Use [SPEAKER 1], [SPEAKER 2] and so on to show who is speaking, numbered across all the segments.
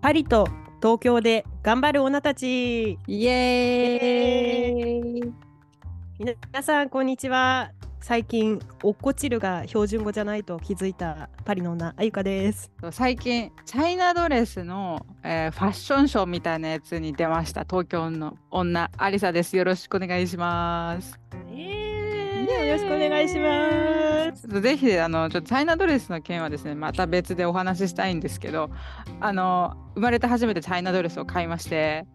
[SPEAKER 1] パリと東京で頑張る女たち
[SPEAKER 2] イエーイ
[SPEAKER 1] 皆さんこんにちは最近おっこちるが標準語じゃないと気づいたパリの女あゆかです
[SPEAKER 2] 最近チャイナドレスの、えーファッションショーみたいなやつに出ました東京の女アリサですよろしくお願いします
[SPEAKER 1] ねえよろしくお願いします
[SPEAKER 2] すぜひあのちょっとチャイナドレスの件はですねまた別でお話ししたいんですけどあの生まれて初めてチャイナドレスを買いまして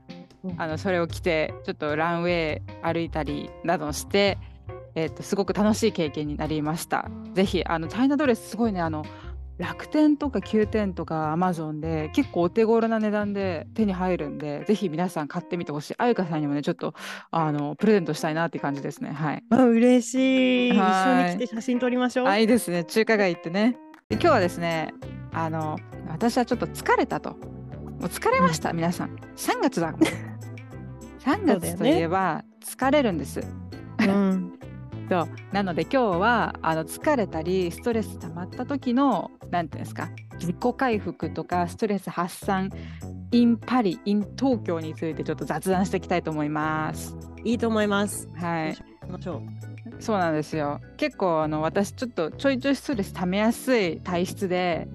[SPEAKER 1] うん
[SPEAKER 2] あのそれを着てちょっとランウェイ歩いたりなどして、えっとすごく楽しい経験になりました。ぜひあのチャイナドレスすごいねあの楽天とか9点とかアマゾンで結構お手頃な値段で手に入るんでぜひ皆さん買ってみてほしいあゆかさんにもねちょっとあのプレゼントしたいなっていう感じですねはい
[SPEAKER 1] あ嬉しい一
[SPEAKER 2] は
[SPEAKER 1] 緒
[SPEAKER 2] い
[SPEAKER 1] に来て写真撮りましょう
[SPEAKER 2] あいいですね中華街行ってねで今日はですねあの私はちょっと疲れたともう疲れました、皆さん3月だもん
[SPEAKER 1] そう
[SPEAKER 2] 3
[SPEAKER 1] だよね
[SPEAKER 2] 月といえば疲れるんです
[SPEAKER 1] うん
[SPEAKER 2] そうなので今日はあの疲れたりストレス溜まった時のなんていうんですか自己回復とかストレス発散 in パリ in 東京についてちょっと雑談していきたいと思います。
[SPEAKER 1] いいと思います
[SPEAKER 2] はい、
[SPEAKER 1] 行きましょう
[SPEAKER 2] そうなんですよ結構あの私ちょっとちょいちょいストレス溜めやすい体質で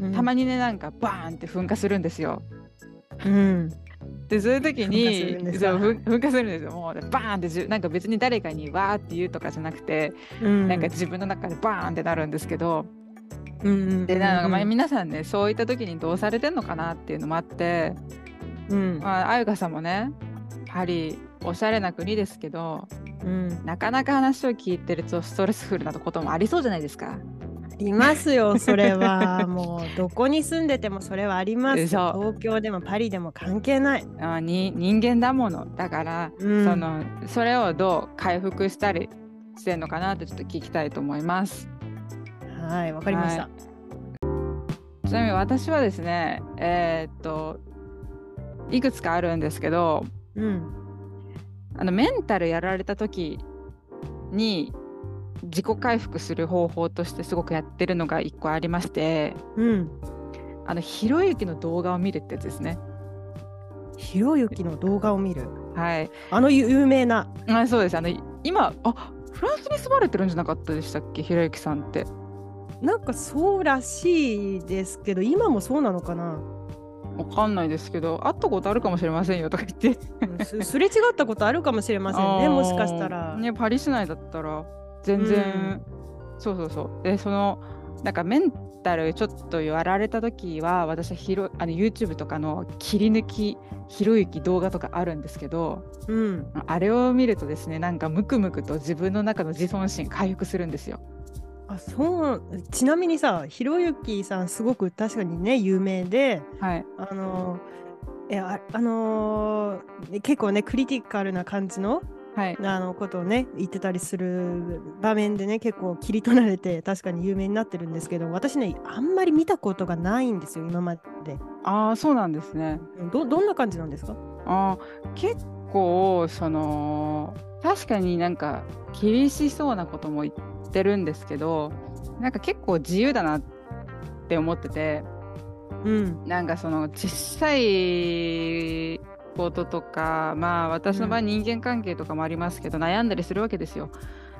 [SPEAKER 1] うん
[SPEAKER 2] たまにねなんかバーンって噴火するんですよ。
[SPEAKER 1] うん
[SPEAKER 2] でそういう時
[SPEAKER 1] 噴火す
[SPEAKER 2] に
[SPEAKER 1] るんです
[SPEAKER 2] そ
[SPEAKER 1] か
[SPEAKER 2] う噴噴火するんですよもうバーンってじゅなんか別に誰かにわーって言うとかじゃなくて、
[SPEAKER 1] うん
[SPEAKER 2] なんか自分の中でバーンってなるんですけど、
[SPEAKER 1] うん
[SPEAKER 2] でなんかまあ
[SPEAKER 1] うん
[SPEAKER 2] 皆さんねそういった時にどうされてんのかなっていうのもあって、
[SPEAKER 1] うん
[SPEAKER 2] まああゆかさんもねパリおしゃれな国ですけど
[SPEAKER 1] うん
[SPEAKER 2] なかなか話を聞いてるとストレスフルなこともありそうじゃないですか。
[SPEAKER 1] ありますよそれはもうどこに住んでてもそれはあります
[SPEAKER 2] 嘘
[SPEAKER 1] 東京でもパリでも関係ない
[SPEAKER 2] あに人間だものだから、
[SPEAKER 1] うん
[SPEAKER 2] そのそれをどう回復したりしてんのかなってちょっと聞きたいと思います。
[SPEAKER 1] はいわかりました、
[SPEAKER 2] はちなみに私はですねえーっといくつかあるんですけど
[SPEAKER 1] うん
[SPEAKER 2] あのメンタルやられた時に自己回復する方法としてすごくやってるのが一個ありまして
[SPEAKER 1] うん
[SPEAKER 2] あのひろゆきの動画を見るってやつですね。
[SPEAKER 1] ひろゆきの動画を見る
[SPEAKER 2] はい、
[SPEAKER 1] あの有名な
[SPEAKER 2] あそうですあの今あフランスに住まれてるんじゃなかったでしたっけひろゆきさんって。
[SPEAKER 1] なんかそうらしいですけど今もそうなのかな
[SPEAKER 2] わかんないですけど会ったことあるかもしれませんよとか言って
[SPEAKER 1] うん すすれ違ったことあるかもしれません
[SPEAKER 2] あ
[SPEAKER 1] ね
[SPEAKER 2] ー
[SPEAKER 1] もしかしたら、
[SPEAKER 2] ねパリ市内だったら全然、そうそうそうでそのなんかメンタルちょっとやられた時は私はひろあの YouTube とかの切り抜きひろゆき動画とかあるんですけど
[SPEAKER 1] うん
[SPEAKER 2] あれを見るとですねなんかムクムクと自分の中の自尊心回復するんですよ。
[SPEAKER 1] あそうちなみにさひろゆきさんすごく確かにね有名で
[SPEAKER 2] はい、
[SPEAKER 1] あのいやああのー結構ねクリティカルな感じの
[SPEAKER 2] はい
[SPEAKER 1] あのことをね言ってたりする場面でね結構切り取られて 確かに有名になってるんですけど私ねあんまり見たことがないんですよ今まで
[SPEAKER 2] ああそうなんですね。
[SPEAKER 1] どどんな感じなんですか
[SPEAKER 2] あー結構その確かになんか厳しそうなことも言ってるんですけどなんか結構自由だなって思ってて
[SPEAKER 1] うん
[SPEAKER 2] なんかその小さいこととかまあ私の場合
[SPEAKER 1] うん
[SPEAKER 2] 人間関係とかもありますけど、悩んだりするわけですよ。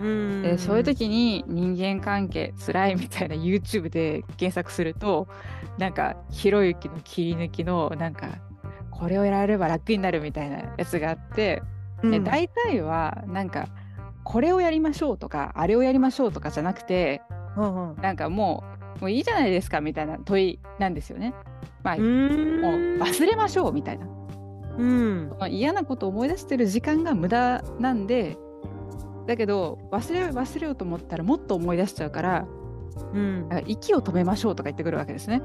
[SPEAKER 1] うん
[SPEAKER 2] でそういう時に人間関係つらいみたいな YouTube で検索するとなんかひろゆきの切り抜きのなんかこれをやれば楽になるみたいなやつがあって、
[SPEAKER 1] うん
[SPEAKER 2] で大体はなんかこれをやりましょうとかあれをやりましょうとかじゃなくて
[SPEAKER 1] うんうん
[SPEAKER 2] なんかもうもういいじゃないですかみたいな問いなんですよね。まあ、
[SPEAKER 1] う
[SPEAKER 2] もう
[SPEAKER 1] ーん
[SPEAKER 2] 忘れましょうみたいな
[SPEAKER 1] うん
[SPEAKER 2] まあ嫌なことを思い出してる時間が無駄なんでだけど忘れよう忘れようと思ったらもっと思い出しちゃうから
[SPEAKER 1] うん
[SPEAKER 2] なんか息を止めましょうとか言ってくるわけですね。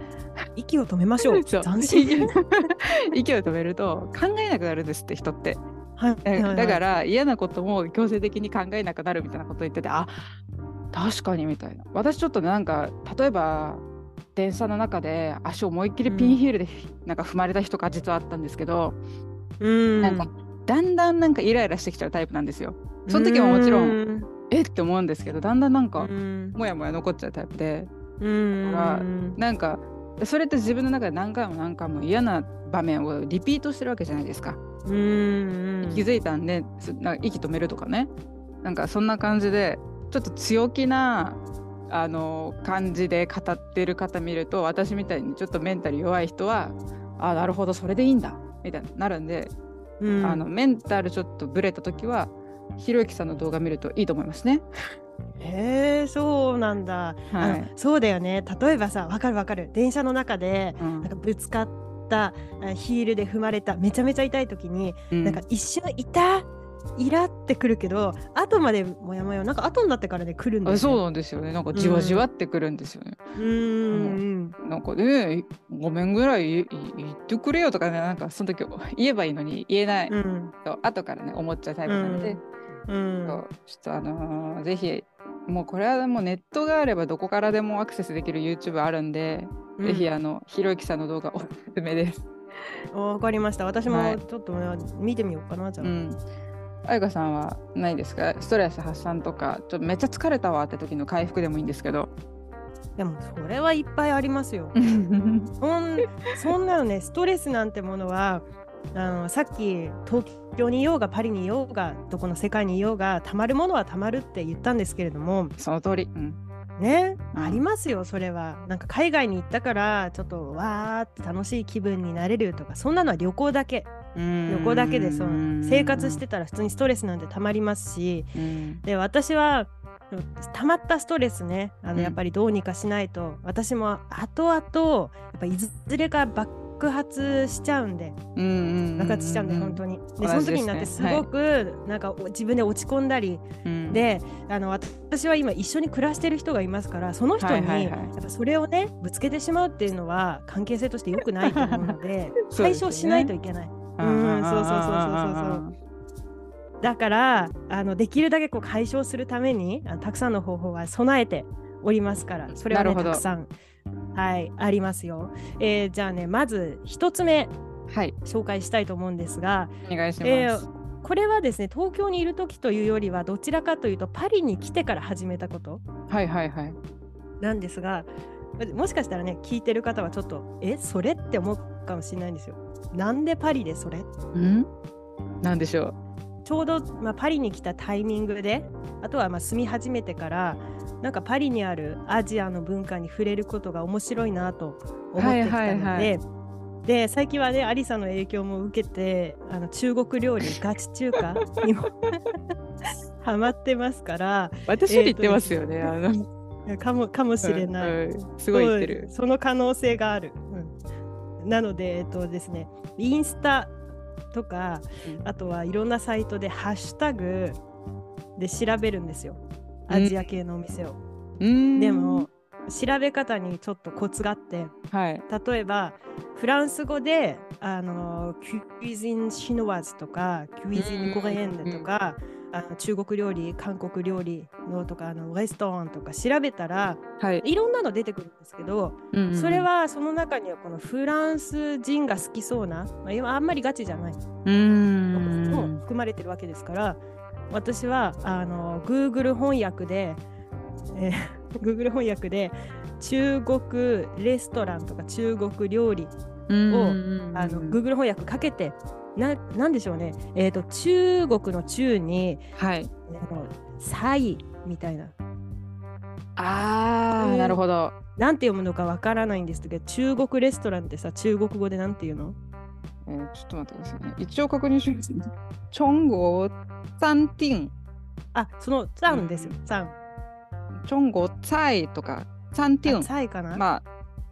[SPEAKER 1] 息を止めましょう
[SPEAKER 2] そう
[SPEAKER 1] 斬新
[SPEAKER 2] 息を止めると考えなくなるんですって人って
[SPEAKER 1] はい
[SPEAKER 2] だ
[SPEAKER 1] はい
[SPEAKER 2] だからら 嫌なことも強制的に考えなくなるみたいなこと言っててあ確かにみたいな私ちょっとなんか例えば電車の中で足を思いっきりピンヒールでなんか踏まれた人が実はあったんですけど、
[SPEAKER 1] うん
[SPEAKER 2] なんかだんだんなんかイライラしてきちゃうタイプなんですよ。その時はもちろん
[SPEAKER 1] うん
[SPEAKER 2] えって思うんですけどだんだんなん
[SPEAKER 1] う
[SPEAKER 2] か
[SPEAKER 1] ん
[SPEAKER 2] もやもや残っちゃうタイプで
[SPEAKER 1] うん
[SPEAKER 2] だからなんかでそれって自分の中で何回も何回も嫌な場面をリピートしてるわけじゃないですか。
[SPEAKER 1] うんうん
[SPEAKER 2] 気づいたんで、すなんか息止めるとかねなんかそんな感じでちょっと強気なあの感じで語ってる方見ると私みたいにちょっとメンタル弱い人はあなるほどそれでいいんだみたいになるんで、
[SPEAKER 1] うん
[SPEAKER 2] あのメンタルちょっとブレた時はひろゆきさんの動画見るといいと思いますね。
[SPEAKER 1] へえそうなんだ、あ
[SPEAKER 2] は
[SPEAKER 1] の
[SPEAKER 2] い、
[SPEAKER 1] そうだよね例えばさわかるわかる電車の中で
[SPEAKER 2] うん
[SPEAKER 1] なんかぶつかったあヒールで踏まれためちゃめちゃ痛い時に、
[SPEAKER 2] うん
[SPEAKER 1] なんか一瞬痛イラってくるけど後までモヤモヤなんか後になってからね来るんだよ、
[SPEAKER 2] あ
[SPEAKER 1] ね、
[SPEAKER 2] そうなんですよねなんかじわじわってくるんですよね。
[SPEAKER 1] うーん
[SPEAKER 2] なんかねごめんぐらいいい言ってくれよとかねなんかその時言えばいいのに言えない
[SPEAKER 1] うん
[SPEAKER 2] と後からね思っちゃうタイプなので、
[SPEAKER 1] うん
[SPEAKER 2] そうちょっとあのーぜひもうこれはもうネットがあればどこからでもアクセスできる YouTube あるんで、
[SPEAKER 1] うん
[SPEAKER 2] ぜひあのひろゆきさんの動画おすすめです。
[SPEAKER 1] わかりました私
[SPEAKER 2] は
[SPEAKER 1] も
[SPEAKER 2] い
[SPEAKER 1] ちょっとね見てみようかなじゃ
[SPEAKER 2] う
[SPEAKER 1] あ、
[SPEAKER 2] んあゆかさんはないですかストレス発散とかちょっとめっちゃ疲れたわって時の回復でもいいんです けど
[SPEAKER 1] でもそれはいっぱいありますよ
[SPEAKER 2] うん
[SPEAKER 1] そんそんなのねストレスなんてものはあのさっき東京にいようがパリにいようがどこの世界にいようがたまるものはたまるって言ったんですけれども
[SPEAKER 2] その通り、うん
[SPEAKER 1] ね、
[SPEAKER 2] うん
[SPEAKER 1] ありますよそれはなんか海外に行ったからちょっとわーって楽しい気分になれるとかそんなのは旅行だけ旅行だけでその生活し、てたら普通にストレスなんてたまりますし
[SPEAKER 2] うん
[SPEAKER 1] で私はたまったストレスねあ
[SPEAKER 2] うん
[SPEAKER 1] のやっぱりどうにかしないと、私も後々やっぱいずれか爆発しちゃうんで
[SPEAKER 2] うんうん、
[SPEAKER 1] 爆発しちゃうんで本当
[SPEAKER 2] に、
[SPEAKER 1] に。
[SPEAKER 2] 同
[SPEAKER 1] で
[SPEAKER 2] じ
[SPEAKER 1] その時になって
[SPEAKER 2] です
[SPEAKER 1] す
[SPEAKER 2] ね
[SPEAKER 1] ごくなんかお自分で落ち込んだり
[SPEAKER 2] うん、
[SPEAKER 1] であの私は今一緒に暮らしてる人がいますからその人
[SPEAKER 2] はいはい
[SPEAKER 1] に
[SPEAKER 2] はい
[SPEAKER 1] やっぱそれをねぶつけてしまうっていうのは関係性として良くないと思うので
[SPEAKER 2] そうで
[SPEAKER 1] 解
[SPEAKER 2] すよ
[SPEAKER 1] 消
[SPEAKER 2] ね
[SPEAKER 1] しないといけない。
[SPEAKER 2] ん
[SPEAKER 1] うんそうそうそうそうだからあのできるだけこう解消するためにあのたくさんの方法は備えておりますからそれは、
[SPEAKER 2] な
[SPEAKER 1] ね、
[SPEAKER 2] るほ
[SPEAKER 1] た
[SPEAKER 2] ど
[SPEAKER 1] くさん、はい、ありますよ、えーじゃあねまず一つ目
[SPEAKER 2] はい
[SPEAKER 1] 紹介したいと思うんですが、
[SPEAKER 2] お願いします、
[SPEAKER 1] えーこれはですね東京にいる時というよりはどちらかというとパリに来てから始めたこと
[SPEAKER 2] はいはいはい
[SPEAKER 1] なんですがもしかしたらね聞いてる方はちょっとえそれって思うかもしれないんですよ。なんでパリでそれ
[SPEAKER 2] うんなんでしょ
[SPEAKER 1] ちょうど、まあ、パリに来たタイミングであとはまあ住み始めてからなんかパリにあるアジアの文化に触れることが面白いなと思ってきたので、
[SPEAKER 2] はいはい
[SPEAKER 1] で最近はねアリさんの影響も受けてあの中国料理ガチ中華にも ハマってますから
[SPEAKER 2] う私より言ってますよね、あの
[SPEAKER 1] かもかもしれない。
[SPEAKER 2] うんうんすごい言ってる
[SPEAKER 1] そうその可能性がある。うんなので、えっとですね、インスタとか、
[SPEAKER 2] うん
[SPEAKER 1] あとはいろんなサイトでハッシュタグで調べるんですよ。アジア系のお店を。
[SPEAKER 2] うん
[SPEAKER 1] でも、調べ方にちょっとコツがあって、
[SPEAKER 2] はい
[SPEAKER 1] 例えば、フランス語で、あの、キュイジンシノワーズとか、キュイジンコレエンヌとか、あの中国料理、韓国料理のとか、あのレストランとか調べたら、
[SPEAKER 2] はい、
[SPEAKER 1] いろんなの出てくるんですけど、
[SPEAKER 2] うんうんうん
[SPEAKER 1] それはその中にはこのフランス人が好きそうな、まあ、今あんまりガチじゃないも
[SPEAKER 2] うー
[SPEAKER 1] の
[SPEAKER 2] ん
[SPEAKER 1] も含まれてるわけですから私はあの Google 翻訳で、えー Google 翻訳で中国レストランとか中国料理、
[SPEAKER 2] うん
[SPEAKER 1] あの Google 翻訳かけてななんでしょうね、えー、と中国の中に
[SPEAKER 2] はい
[SPEAKER 1] あのサイみたいな
[SPEAKER 2] ああ、
[SPEAKER 1] うん
[SPEAKER 2] なるほど
[SPEAKER 1] なんて読むのかわからないんですけど中国レストランってさ中国語でなんて言うの
[SPEAKER 2] えーちょっと待ってくださいね一応確認しますねチョンゴサンティン
[SPEAKER 1] あ、そのザンですよ。ザン。
[SPEAKER 2] チョンゴツァイとかサンティ
[SPEAKER 1] あ
[SPEAKER 2] ン
[SPEAKER 1] サイかな。
[SPEAKER 2] まあ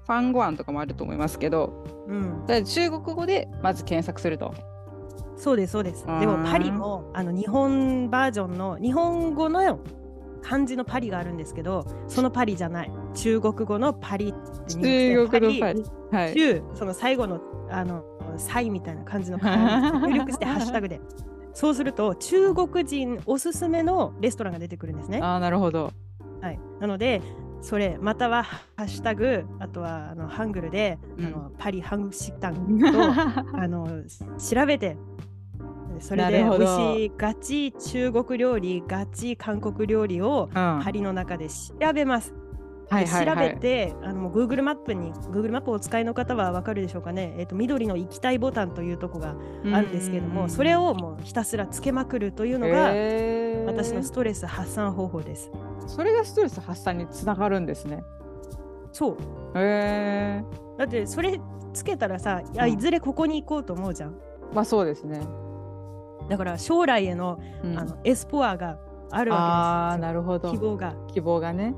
[SPEAKER 2] ファンゴアンとかもあると思いますけど
[SPEAKER 1] うん。
[SPEAKER 2] だから中国語でまず検索すると
[SPEAKER 1] そうですそうです。
[SPEAKER 2] あー
[SPEAKER 1] でもパリもあの日本バージョンの日本語の漢字のパリがあるんですけど、そのパリじゃない。中国語のパリって入
[SPEAKER 2] 中
[SPEAKER 1] 力して
[SPEAKER 2] 国のパリは
[SPEAKER 1] パ
[SPEAKER 2] い
[SPEAKER 1] リ中その最後のあのサイみたいな感じの 漢字入力してハッシュタグで。そうすると中国人おすすめのレストランが出てくるんですね。
[SPEAKER 2] ああなるほど
[SPEAKER 1] はい、なのでそれまたはハッシュタグあとはあのハングルで、
[SPEAKER 2] うん
[SPEAKER 1] あのパリハングシタンとあの調べてそれ
[SPEAKER 2] な
[SPEAKER 1] で
[SPEAKER 2] るほ
[SPEAKER 1] 美
[SPEAKER 2] ど
[SPEAKER 1] 味しいガチ中国料理ガチ韓国料理を
[SPEAKER 2] うん
[SPEAKER 1] パリの中で調べます。
[SPEAKER 2] はいはい
[SPEAKER 1] 調
[SPEAKER 2] は
[SPEAKER 1] べ
[SPEAKER 2] い。
[SPEAKER 1] て、あのもう Google マップに Google マップをお使いの方はわかるでしょうかね。えっ、と緑の行きたいボタンというとこがあるんですけども、それ
[SPEAKER 2] を
[SPEAKER 1] をもうひたすらつけまくるというのが、私のストレス発散方法です。
[SPEAKER 2] それがストレス発散につながるんですね。
[SPEAKER 1] そう。
[SPEAKER 2] へえ。
[SPEAKER 1] だってそれつけたらさ、いや
[SPEAKER 2] うん
[SPEAKER 1] いずれここに行こうと思うじゃん。
[SPEAKER 2] まあそうですね。
[SPEAKER 1] だから将来への,、
[SPEAKER 2] うん
[SPEAKER 1] あのエスポアがある
[SPEAKER 2] あ
[SPEAKER 1] わ
[SPEAKER 2] ー
[SPEAKER 1] けで
[SPEAKER 2] なるほ
[SPEAKER 1] す
[SPEAKER 2] ど。
[SPEAKER 1] よ。希望が。
[SPEAKER 2] 希望がね。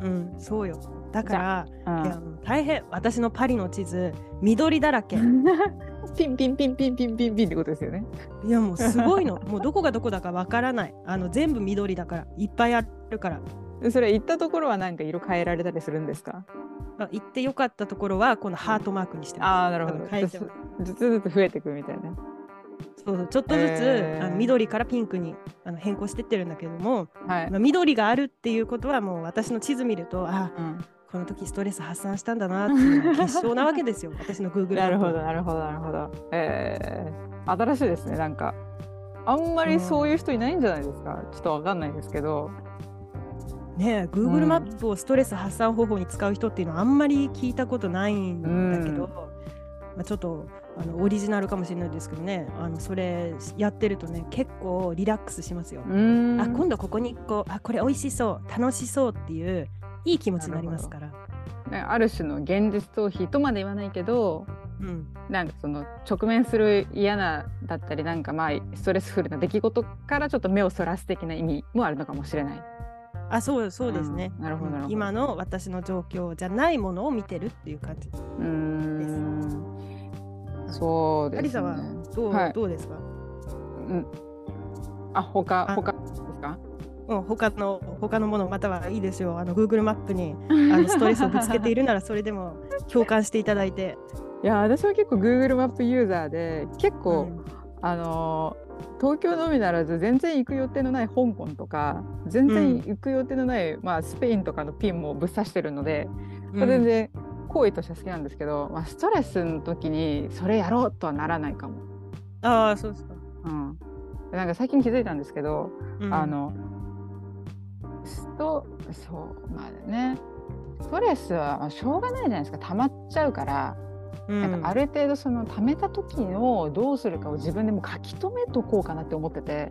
[SPEAKER 1] うん、そうよ。だから、
[SPEAKER 2] うん
[SPEAKER 1] いやもう大変私のパリの地図緑だらけ。
[SPEAKER 2] ピンピンピンピンピンピンピンってことですよね。
[SPEAKER 1] いやもうすごいの もうどこがどこだかわからないあの全部緑だからいっぱいあるから
[SPEAKER 2] でそれ行ったところはなんか色変えられたりするんですか。
[SPEAKER 1] あ行ってよかったところはこのハートマークにしてます
[SPEAKER 2] ああなるほど。
[SPEAKER 1] あの
[SPEAKER 2] ず
[SPEAKER 1] 変え
[SPEAKER 2] つ
[SPEAKER 1] てま
[SPEAKER 2] ずつずつ増えていくみたいな。
[SPEAKER 1] そうそうちょっとずつ、
[SPEAKER 2] へー
[SPEAKER 1] あの緑からピンクにあの変更してってるんだけども、
[SPEAKER 2] はい。
[SPEAKER 1] まあ、緑があるっていうことはもう私の地図見るとあ
[SPEAKER 2] うん
[SPEAKER 1] この時ストレス発散したんだなっていうの が結晶なわけですよ私の Google
[SPEAKER 2] なるほど
[SPEAKER 1] マッ
[SPEAKER 2] なるほどなるほど。えー、新しいですねなんか。あんまりそういう人いないんじゃないですか、ちょっとわかんないですけど。
[SPEAKER 1] プねえ
[SPEAKER 2] う
[SPEAKER 1] Google
[SPEAKER 2] ん
[SPEAKER 1] マップをストレス発散方法に使う人っていうのはあんまり聞いたことないんだけど、
[SPEAKER 2] うん
[SPEAKER 1] まあ、ちょっとあのオリジナルかもしれないですけどねあのそれやってるとね結構リラックスしますよ、
[SPEAKER 2] うーん
[SPEAKER 1] あ今度ここにこうあこれ美味しそう楽しそうっていういい気持ちになりますから
[SPEAKER 2] ねある種の現実逃避とまで言わないけど
[SPEAKER 1] うん
[SPEAKER 2] なんかその直面する嫌なだったりなんかまあストレスフルな出来事からちょっと目をそらす的な意味もあるのかもしれない。
[SPEAKER 1] あそうそうですね、
[SPEAKER 2] うんなるほどなるほど
[SPEAKER 1] 今の私の状況じゃないものを見てるっていう感じ
[SPEAKER 2] うーんそう
[SPEAKER 1] ア
[SPEAKER 2] で
[SPEAKER 1] リ
[SPEAKER 2] す
[SPEAKER 1] サ
[SPEAKER 2] ね。
[SPEAKER 1] はどう,、
[SPEAKER 2] はい
[SPEAKER 1] どうですか、
[SPEAKER 2] うん、あ他
[SPEAKER 1] あ
[SPEAKER 2] 他ですか
[SPEAKER 1] うん、他の他のものまたはいいですよあの Google マップにあのストレスをぶつけているならそれでも共感していただいて、
[SPEAKER 2] いや私は結構 Google マップユーザーで結
[SPEAKER 1] う
[SPEAKER 2] 構、
[SPEAKER 1] ん
[SPEAKER 2] あのー東京のみならず全然行く予定のない香港とか全然行く予定のない、まあ、スペインとかのピンもぶっ刺してるので、まあ全然行為としては好きなんですけど、まあ、ストレスの時にそれやろうとはならないかも。
[SPEAKER 1] ああそうですか、
[SPEAKER 2] うん、なんか最近気づいたんですけど、
[SPEAKER 1] うん
[SPEAKER 2] あのストそうまあねストレスはまあしょうがないじゃないですか溜まっちゃうから、
[SPEAKER 1] うん
[SPEAKER 2] なんかある程度その溜めた時をどうするかを自分でも書き留めとこうかなって思ってて、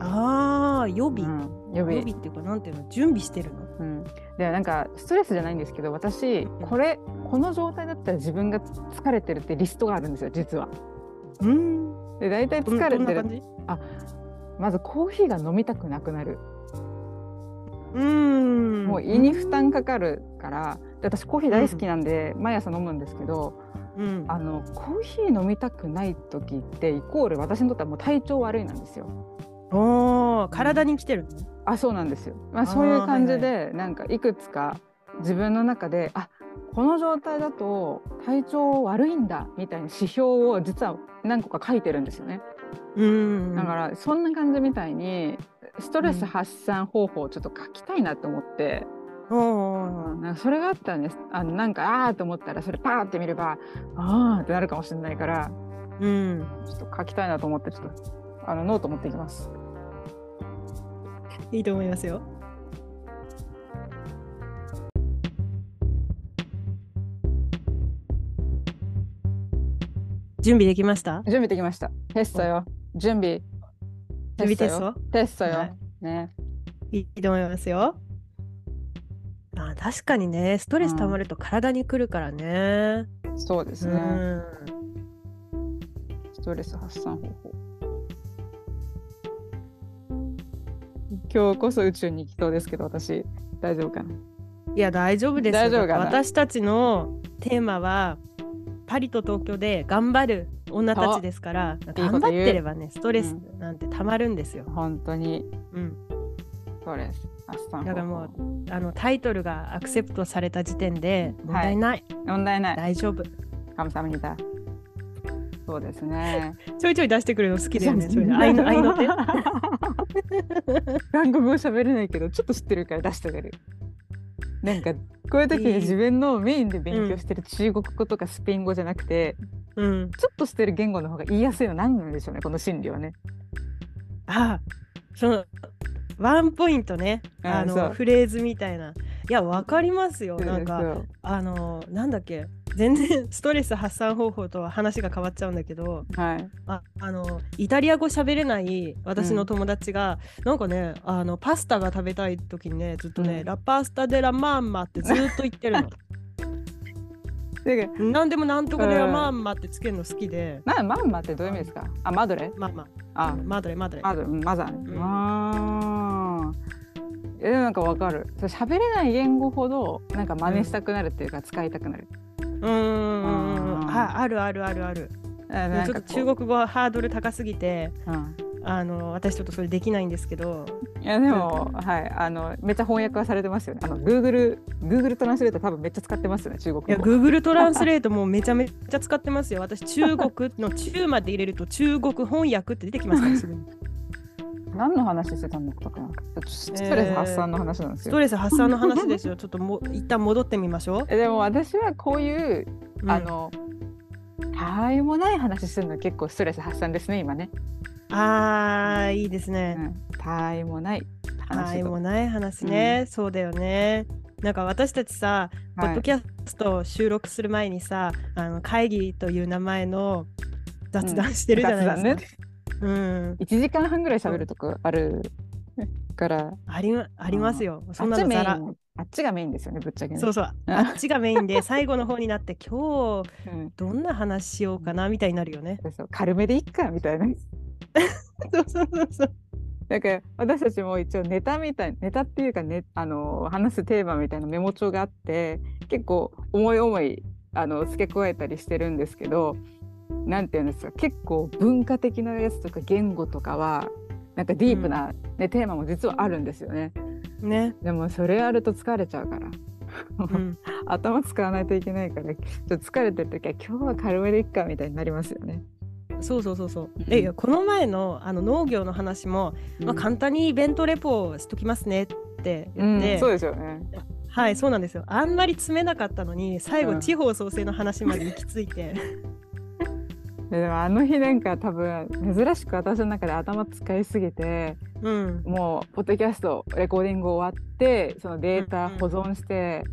[SPEAKER 1] あー予
[SPEAKER 2] う
[SPEAKER 1] 備、
[SPEAKER 2] ん、予備
[SPEAKER 1] 予備っていうかなんていうの準備してるの
[SPEAKER 2] うん、でなんかストレスじゃないんですけど私これこの状態だったら自分が疲れてるってリストがあるんですよ実は。
[SPEAKER 1] うん
[SPEAKER 2] で大体
[SPEAKER 1] どん
[SPEAKER 2] 疲れ
[SPEAKER 1] どん
[SPEAKER 2] て
[SPEAKER 1] な
[SPEAKER 2] る
[SPEAKER 1] 感じ
[SPEAKER 2] まずコーヒーが飲みたくなくなる、
[SPEAKER 1] うん
[SPEAKER 2] もう胃に負担かかるからで私コーヒー大好きなんで、毎朝飲むんですけど
[SPEAKER 1] うん
[SPEAKER 2] あのコーヒー飲みたくない時ってイコール私にとってはもう体調悪いなんですよ。
[SPEAKER 1] おー体に来てるの
[SPEAKER 2] あそうなんですよ、まあ、
[SPEAKER 1] あー
[SPEAKER 2] そういう感じで、なんかいくつか自分の中であこの状態だと体調悪いんだみたいな指標を実は何個か書いてるんですよね、
[SPEAKER 1] うん
[SPEAKER 2] だからそんな感じみたいにストレス発散方法をちょっと書きたいなと思って、
[SPEAKER 1] らおー
[SPEAKER 2] なんかそれがあったんですあのなんかああーと思ったらそれパーって見ればああってなるかもしれないから
[SPEAKER 1] うん
[SPEAKER 2] ちょっと書きたいなと思ってちょっとあのノート持っていきます。
[SPEAKER 1] いいと思いますよ準備できました
[SPEAKER 2] 準備できました。テストよ。準備。
[SPEAKER 1] 準備テスト
[SPEAKER 2] テストよ。
[SPEAKER 1] は
[SPEAKER 2] ね。
[SPEAKER 1] いいと思いますよあ確かにねストレス溜まると体にくるからね、
[SPEAKER 2] そうです
[SPEAKER 1] うん
[SPEAKER 2] ね。ストレス発散方法。今日こそ宇宙に行きそうですけど、私、大丈夫かな。
[SPEAKER 1] いや大丈夫ですよ
[SPEAKER 2] 大丈夫かな
[SPEAKER 1] 私たちのテーマはパリと東京で頑張る女たちですから
[SPEAKER 2] 言う
[SPEAKER 1] 頑張ってればねストレス
[SPEAKER 2] う
[SPEAKER 1] なんて溜まるんですよ、
[SPEAKER 2] 本当に
[SPEAKER 1] うん、
[SPEAKER 2] ストレス発散方法。
[SPEAKER 1] だからもうあのタイトルがアクセプトされた時点で問題ない、
[SPEAKER 2] 問題ない。
[SPEAKER 1] 大丈夫
[SPEAKER 2] 神様にだ。そうですね。
[SPEAKER 1] ちょいちょい出してくるの好きだよね
[SPEAKER 2] そう
[SPEAKER 1] そういうの 愛の愛の手
[SPEAKER 2] 韓国語喋れないけどちょっと知ってるから出してあげるなんかこういう時
[SPEAKER 1] いい
[SPEAKER 2] に自分のメインで勉強してる中国語とかスペイン語じゃなくて、
[SPEAKER 1] うん
[SPEAKER 2] ちょっとしてる言語の方が言いやすいの何なんでしょうねこの心理はね
[SPEAKER 1] ああそのワンポイントね
[SPEAKER 2] ああ
[SPEAKER 1] あ
[SPEAKER 2] そう
[SPEAKER 1] のフレーズみたいないやわかりますよなん
[SPEAKER 2] そう
[SPEAKER 1] か
[SPEAKER 2] ですよ
[SPEAKER 1] あのなんだっけ全然 ストレス発散方法とは話が変わっちゃうんだけど
[SPEAKER 2] はい。
[SPEAKER 1] ああのイタリア語喋れない私の友達が、なんかねあのパスタが食べたい時にねずっとね、
[SPEAKER 2] うん
[SPEAKER 1] ラパスタデラマンマってずっと言 ってるの
[SPEAKER 2] で、
[SPEAKER 1] 何でもなんとかデラ
[SPEAKER 2] うん
[SPEAKER 1] マンマってつけるの好きで、
[SPEAKER 2] なマンマってどういう意味ですか？あ、マドレ？
[SPEAKER 1] まあまあ
[SPEAKER 2] あ、
[SPEAKER 1] マドレマドレ
[SPEAKER 2] マドレ、マザーね。
[SPEAKER 1] うん
[SPEAKER 2] あー。えでもなんかわかる。そう喋れない言語ほどなんか真似したくなるっていうか使いたくなる。
[SPEAKER 1] うーんああるあるあるある
[SPEAKER 2] あ
[SPEAKER 1] で
[SPEAKER 2] な
[SPEAKER 1] も
[SPEAKER 2] ん
[SPEAKER 1] ちょ
[SPEAKER 2] か
[SPEAKER 1] っ
[SPEAKER 2] ことう
[SPEAKER 1] 中国語はハードル高すぎてあの私ちょっとそれできないんですけど
[SPEAKER 2] うんいやでも、はいあのめっちゃ翻訳はされてますよね。あの Google Google トランスレート多分めっちゃ使ってますよね中国
[SPEAKER 1] いや
[SPEAKER 2] 語。
[SPEAKER 1] Google トランスレートもうめちゃめちゃ使ってますよ私中国の中まで入れると中国翻訳って出てき ますからすぐに
[SPEAKER 2] 何の話してたのかな。ストレス発散の話なんです
[SPEAKER 1] ス
[SPEAKER 2] よ
[SPEAKER 1] ト。レス発散の話ですよちょっともう一旦戻ってみましょう、
[SPEAKER 2] えでも私はこういう
[SPEAKER 1] うん
[SPEAKER 2] あの、たわいもない話するの結構ストレス発散ですね、今ね。
[SPEAKER 1] あーいいです
[SPEAKER 2] う
[SPEAKER 1] ね、
[SPEAKER 2] ん、たわいもない
[SPEAKER 1] あ
[SPEAKER 2] 話
[SPEAKER 1] い
[SPEAKER 2] と
[SPEAKER 1] もない話ね、そうだよねなんか私たちさ、ポッドキャストを収録する前にさあの会議という名前の雑談してるじゃないですか、
[SPEAKER 2] はい雑談ね。
[SPEAKER 1] うん、
[SPEAKER 2] 1時間半ぐらい喋るとこあるから、
[SPEAKER 1] ありまありますよ。そ
[SPEAKER 2] あ
[SPEAKER 1] ん
[SPEAKER 2] っ
[SPEAKER 1] な
[SPEAKER 2] ち
[SPEAKER 1] の
[SPEAKER 2] メイ
[SPEAKER 1] ざ
[SPEAKER 2] ン、
[SPEAKER 1] ら。
[SPEAKER 2] あっちがメインですよね、ぶっちゃけね。
[SPEAKER 1] そうそう、あっちがメインで、 最後の方になって、今日
[SPEAKER 2] うん
[SPEAKER 1] どんな話しようかなみたいになるよ ね。
[SPEAKER 2] そうそう軽めでいっかみたいな。
[SPEAKER 1] そうそうそうそう。
[SPEAKER 2] だから私たちも一応ネタみたいネタっていうか、ね、あの話すテーマみたいなメモ帳があって結構思い思いあの付け加えたりしてるんですけどなんていうんですか結構文化的なやつとか言語とかはなんかディープな、ねテーマも実はあるんですよね。
[SPEAKER 1] ね。
[SPEAKER 2] でもそれやると疲れちゃうから。
[SPEAKER 1] うん、
[SPEAKER 2] 頭使わないといけないからちょっと疲れてる時は今日は軽めでいっかみたいになりますよね。
[SPEAKER 1] そうそうそうそう
[SPEAKER 2] うん。
[SPEAKER 1] え、いやこの前のあの農業の話も、まあ、簡単にイベントレポをしときますねって
[SPEAKER 2] う
[SPEAKER 1] 言
[SPEAKER 2] ん
[SPEAKER 1] って、
[SPEAKER 2] そうですよね。
[SPEAKER 1] はい、そうなんですよ。あんまり詰めなかったのに、最
[SPEAKER 2] う
[SPEAKER 1] 後、
[SPEAKER 2] ん
[SPEAKER 1] 地方創生の話まで行き着いて、
[SPEAKER 2] ででもあの日なんか多分珍しく私の中で頭使いすぎて
[SPEAKER 1] うん、
[SPEAKER 2] もうポッドキャストレコーディング終わってそのデータ保存して、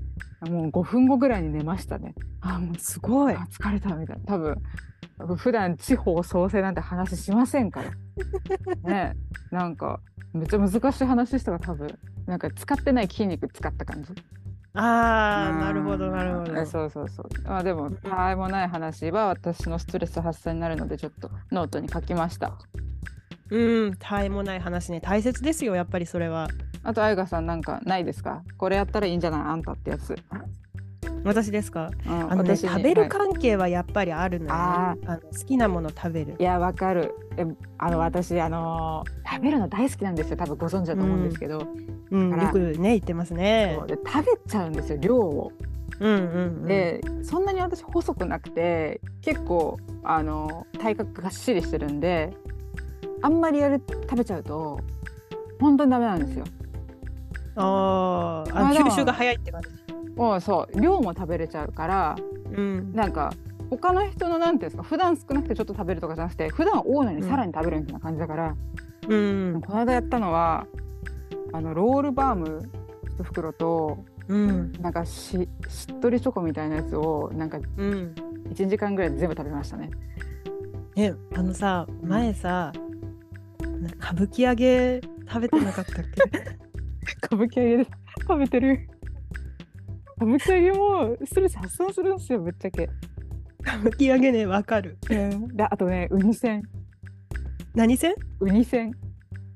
[SPEAKER 2] もう5分後ぐらいに寝ましたね。あもう
[SPEAKER 1] すごい。
[SPEAKER 2] あ疲れたみたいな多分普段地方創生なんて話しませんからねなんかめっちゃ難しい話したら多分なんか使ってない筋肉使った感じ
[SPEAKER 1] ああ、なるほど、
[SPEAKER 2] うん
[SPEAKER 1] なるほ
[SPEAKER 2] え
[SPEAKER 1] ど。
[SPEAKER 2] そうそうそうまあでもたわいもない話は私のストレス発散になるのでちょっとノートに書きました
[SPEAKER 1] うん、たえもない話ね、大切ですよ、やっぱりそれは。
[SPEAKER 2] あとあゆがさんなんかないですかこれやったらいいんじゃないあんたってやつ、
[SPEAKER 1] 私ですか
[SPEAKER 2] うん
[SPEAKER 1] あの、ね、
[SPEAKER 2] に
[SPEAKER 1] 食べる
[SPEAKER 2] はい
[SPEAKER 1] 関係はやっぱりあるのよ、ね
[SPEAKER 2] あ
[SPEAKER 1] あの好きなもの食べる
[SPEAKER 2] いやわかるえあの私あのー食べるの大好きなんですよ多分ご存知だと思うんですけど、
[SPEAKER 1] うん
[SPEAKER 2] だ
[SPEAKER 1] よ
[SPEAKER 2] か
[SPEAKER 1] くね言ってますね
[SPEAKER 2] そうで食べちゃうんですよ量を。
[SPEAKER 1] うんうんうん
[SPEAKER 2] で、そんなに私細くなくて結構あの体格がっしりしてるんであんまりやる食べちゃうと本当にダメなんですよ。
[SPEAKER 1] あー
[SPEAKER 2] まあ
[SPEAKER 1] あ
[SPEAKER 2] でも
[SPEAKER 1] 吸収が早いって感じ
[SPEAKER 2] もうそう量も食べれちゃうから
[SPEAKER 1] うん
[SPEAKER 2] なんか他の人のなんていうんですか普段少なくてちょっと食べるとかじゃなくて普段多いのにさらに食べるみたいな感じだか
[SPEAKER 1] う
[SPEAKER 2] ら、
[SPEAKER 1] ん
[SPEAKER 2] この間やったのはあのロールバーム一袋と
[SPEAKER 1] うん
[SPEAKER 2] なんかししっとりチョコみたいなやつをなんか
[SPEAKER 1] うん
[SPEAKER 2] 1時間ぐらいで全部食べましたね。
[SPEAKER 1] えあのさ前さな歌舞伎揚げ食べてなかったっけ
[SPEAKER 2] 歌舞伎揚げで食べてる歌舞伎揚げもストレス発散するんですよぶっちゃけ、
[SPEAKER 1] 歌舞伎揚げねわかる
[SPEAKER 2] うん、であとねウニ戦
[SPEAKER 1] 何せん
[SPEAKER 2] ウニ戦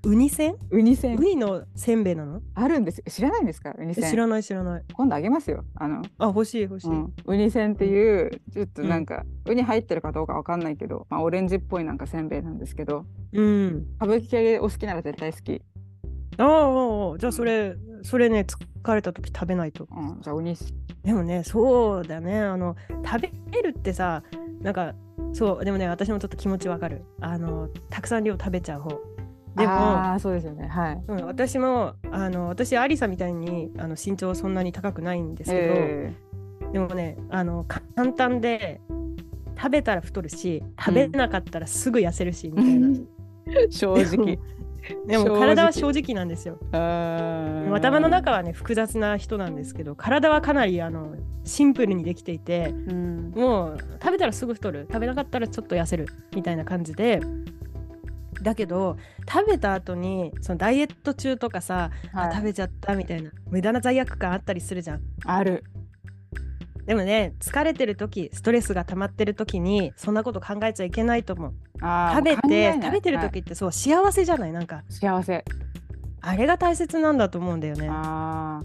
[SPEAKER 1] ウニせん
[SPEAKER 2] ウニ
[SPEAKER 1] ウ
[SPEAKER 2] 戦
[SPEAKER 1] ニのせんべいなの
[SPEAKER 2] あるんですよ知らないんですかウニ
[SPEAKER 1] え知
[SPEAKER 2] 戦
[SPEAKER 1] らない知らない
[SPEAKER 2] 今度あげますよあの、
[SPEAKER 1] あ欲しい欲しい、
[SPEAKER 2] うんウニ戦っていうちょっとなんか、ウニ入ってるかどうかわかんないけど、まあ、オレンジっぽいなんかせんべいなんですけど
[SPEAKER 1] うん
[SPEAKER 2] 歌舞伎揚げお好きなら絶対好き、
[SPEAKER 1] あーあーあーじゃあそれそれね疲れた時食べないと
[SPEAKER 2] うん、じゃあウニし
[SPEAKER 1] でもねそうだねあの食べるってさなんかそうでもね私もちょっと気持ちわかるあのたくさん量食べちゃう方でも、
[SPEAKER 2] ああそうですよねはい
[SPEAKER 1] うん、私もあの私アリサみたいにあの身長そんなに高くないんですけど、
[SPEAKER 2] え
[SPEAKER 1] でもねあの簡単で食 べたら太るし食べなかったらすぐ痩せるし、みたいな
[SPEAKER 2] ー正直
[SPEAKER 1] でも体は正直なんですよ。
[SPEAKER 2] うん
[SPEAKER 1] 頭の中はね複雑な人なんですけど体はかなりあのシンプルにできていて
[SPEAKER 2] うん
[SPEAKER 1] もう食べたらすぐ太る食べなかったらちょっと痩せるみたいな感じでだけど食べた後にそのダイエット中とかさ、あ
[SPEAKER 2] はい
[SPEAKER 1] 食べちゃったみたいな無駄な罪悪感あったりするじゃん。
[SPEAKER 2] ある
[SPEAKER 1] でもね疲れてる時ストレスが溜まってる時にそんなこと考えちゃいけないと思う。
[SPEAKER 2] あー
[SPEAKER 1] 食べ
[SPEAKER 2] もう考え
[SPEAKER 1] て
[SPEAKER 2] ない
[SPEAKER 1] 食べてる
[SPEAKER 2] はい
[SPEAKER 1] 時ってそう幸せじゃないなんか
[SPEAKER 2] 幸せ
[SPEAKER 1] あれが大切なんだと思うんだよね。
[SPEAKER 2] あ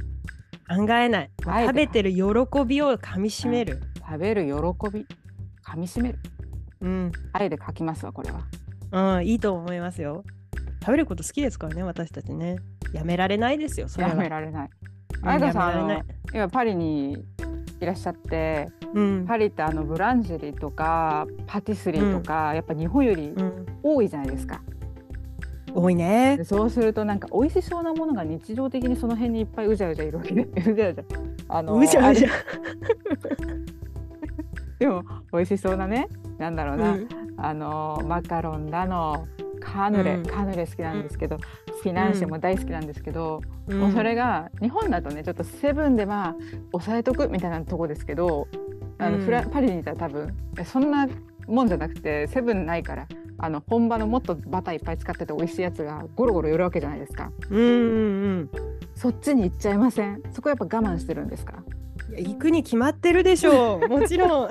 [SPEAKER 2] ー
[SPEAKER 1] 考えない。
[SPEAKER 2] あえて
[SPEAKER 1] 食べてる喜びを噛みしめる。
[SPEAKER 2] 食べる喜び噛みしめる
[SPEAKER 1] うん、
[SPEAKER 2] 愛で書きますわこれは
[SPEAKER 1] うん、いいと思いますよ。食べること好きですからね、私たちね。やめられないですよ、それ
[SPEAKER 2] や
[SPEAKER 1] は。
[SPEAKER 2] められないあやかさんあ
[SPEAKER 1] うんやめられな
[SPEAKER 2] の
[SPEAKER 1] い
[SPEAKER 2] 今パリにいらっしゃって
[SPEAKER 1] うん。
[SPEAKER 2] パリってあのブランジェリーとかパティスリーとか、やっぱ日本より
[SPEAKER 1] うん、
[SPEAKER 2] 多いじゃないですか、
[SPEAKER 1] 多いね
[SPEAKER 2] で。そうするとなんか美味しそうなものが日常的にその辺にいっぱいうじゃうじゃいるわけで うじゃうじゃあの
[SPEAKER 1] うじゃうじゃ。
[SPEAKER 2] あれでも美味しそうなねなんだろう
[SPEAKER 1] う
[SPEAKER 2] な、
[SPEAKER 1] ん
[SPEAKER 2] あのマカロンだのカヌレ、
[SPEAKER 1] うん
[SPEAKER 2] カヌレ好きなんですけど、フィナンシェも大好きなんですけど、もうそれが日本だとねちょっとセブンでまあ抑えとくみたいなとこですけどあの
[SPEAKER 1] うん
[SPEAKER 2] フラ、パリにいたら多分えそんなもんじゃなくてセブンないからあの本場のもっとバターいっぱい使ってて美味しいやつがゴロゴロ寄るわけじゃないですか
[SPEAKER 1] うんうん
[SPEAKER 2] そっちに行っちゃいませんそこやっぱ我慢してるんですか
[SPEAKER 1] うんいや。行くに決まってるでしょう。もちろん。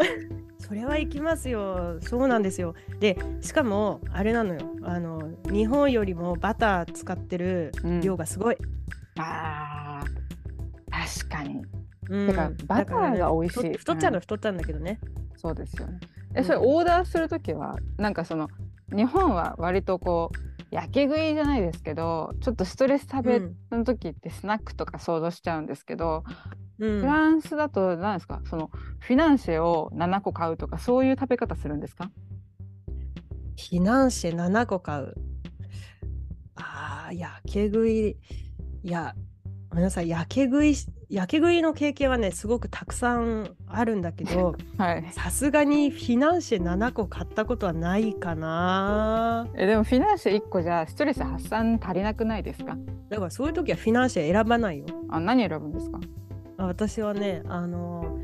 [SPEAKER 1] それは行きますよ。そうなんですよ。で、しかも、あれなのよ。あの、日本よりもバター使ってる量がすごい。
[SPEAKER 2] あー確かに
[SPEAKER 1] うん
[SPEAKER 2] てかバターが美味しい
[SPEAKER 1] だからね太っちゃうのは太ったんだけどね。
[SPEAKER 2] そうですよね
[SPEAKER 1] う
[SPEAKER 2] え
[SPEAKER 1] ん
[SPEAKER 2] それオーダーする時はなんかその日本は割とこう焼け食いじゃないですけどちょっとストレス食べ
[SPEAKER 1] うん
[SPEAKER 2] の時ってスナックとか想像しちゃうんですけど、
[SPEAKER 1] うん
[SPEAKER 2] フランスだと何ですかそのフィナンシェを7個買うとかそういう食べ方するんですか
[SPEAKER 1] 避難シェ7個買う。ああ、やけ食い、いや、ごめんなさい、やけ食いし、やけ食いの経験はね、すごくたくさんあるんだけど、
[SPEAKER 2] はい
[SPEAKER 1] さすがに避難シェ7個買ったことはないかな。
[SPEAKER 2] えでもフィナンシェ1個じゃストレス発散足りなくないですか
[SPEAKER 1] だからそういう時はフィナンシェ選ばないよ。
[SPEAKER 2] あ何選ぶんですか
[SPEAKER 1] あ私はね、あの、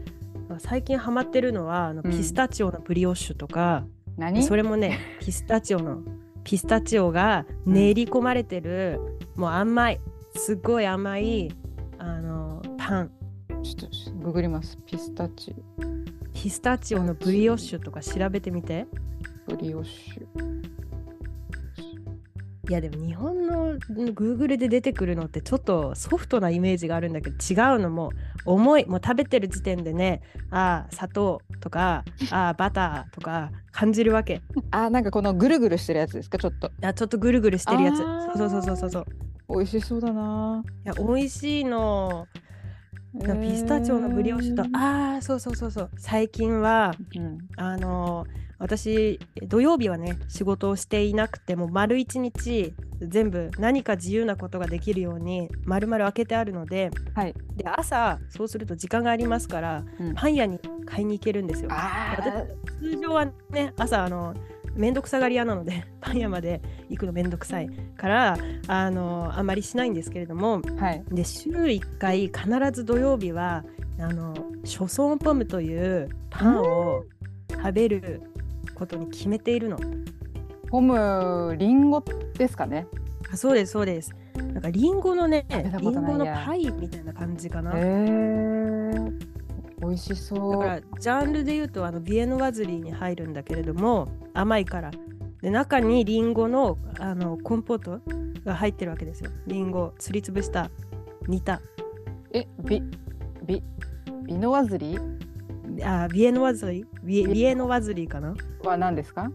[SPEAKER 1] 最近ハマってるのはあの
[SPEAKER 2] うん
[SPEAKER 1] ピスタチオのブリオッシュとか、
[SPEAKER 2] 何
[SPEAKER 1] それも ねピスタチオのピスタチオが練り込まれてる、もう甘いすごい甘いあのパン
[SPEAKER 2] ちょっとググりますピスタチ
[SPEAKER 1] ピスタチオのブリオッシュとか調べてみて
[SPEAKER 2] オブリオッシュ
[SPEAKER 1] いやでも日本の Google で出てくるのってちょっとソフトなイメージがあるんだけど違うのもう重いもう食べてる時点でねああ砂糖とかああバターとか感じるわけ
[SPEAKER 2] あなんかこのぐるぐるしてるやつですかちょっと
[SPEAKER 1] あちょっとぐるぐるしてるやつ
[SPEAKER 2] あー
[SPEAKER 1] そうそうそうそうそう
[SPEAKER 2] 美味しそうだない
[SPEAKER 1] や美味しいの
[SPEAKER 2] えー
[SPEAKER 1] ピスタチオのブリオッシュと、ああそうそうそうそう最近は
[SPEAKER 2] うん
[SPEAKER 1] あのー私土曜日はね仕事をしていなくても丸一日全部何か自由なことができるように丸々開けてあるので,、
[SPEAKER 2] はい
[SPEAKER 1] で朝そうすると時間がありますから、
[SPEAKER 2] うん
[SPEAKER 1] パン屋に買いに行けるんですよ。
[SPEAKER 2] あー
[SPEAKER 1] 通常はね朝あの面倒くさがり屋なので パン屋まで行くの面倒くさいからあのーあんまりしないんですけれども、
[SPEAKER 2] はい
[SPEAKER 1] で週1回必ず土曜日はあのショソンポムというパンを食べることに決めているの。
[SPEAKER 2] ホムリンゴですかね
[SPEAKER 1] あそうですそうです。なんかリンゴのね
[SPEAKER 2] べた
[SPEAKER 1] リ
[SPEAKER 2] こと
[SPEAKER 1] ン
[SPEAKER 2] ない
[SPEAKER 1] ゴ
[SPEAKER 2] や
[SPEAKER 1] のパイみたいな感じかな。
[SPEAKER 2] へえ美味しそう
[SPEAKER 1] だからジャンルで言うとあのビエノワズリーに入るんだけれども甘いから。で中にリンゴのあのコンポートが入ってるわけですよ。リンゴすりつぶした煮た
[SPEAKER 2] えビビビノワズリ
[SPEAKER 1] あビエノワズリービエビエノワズリーかな
[SPEAKER 2] は何ですか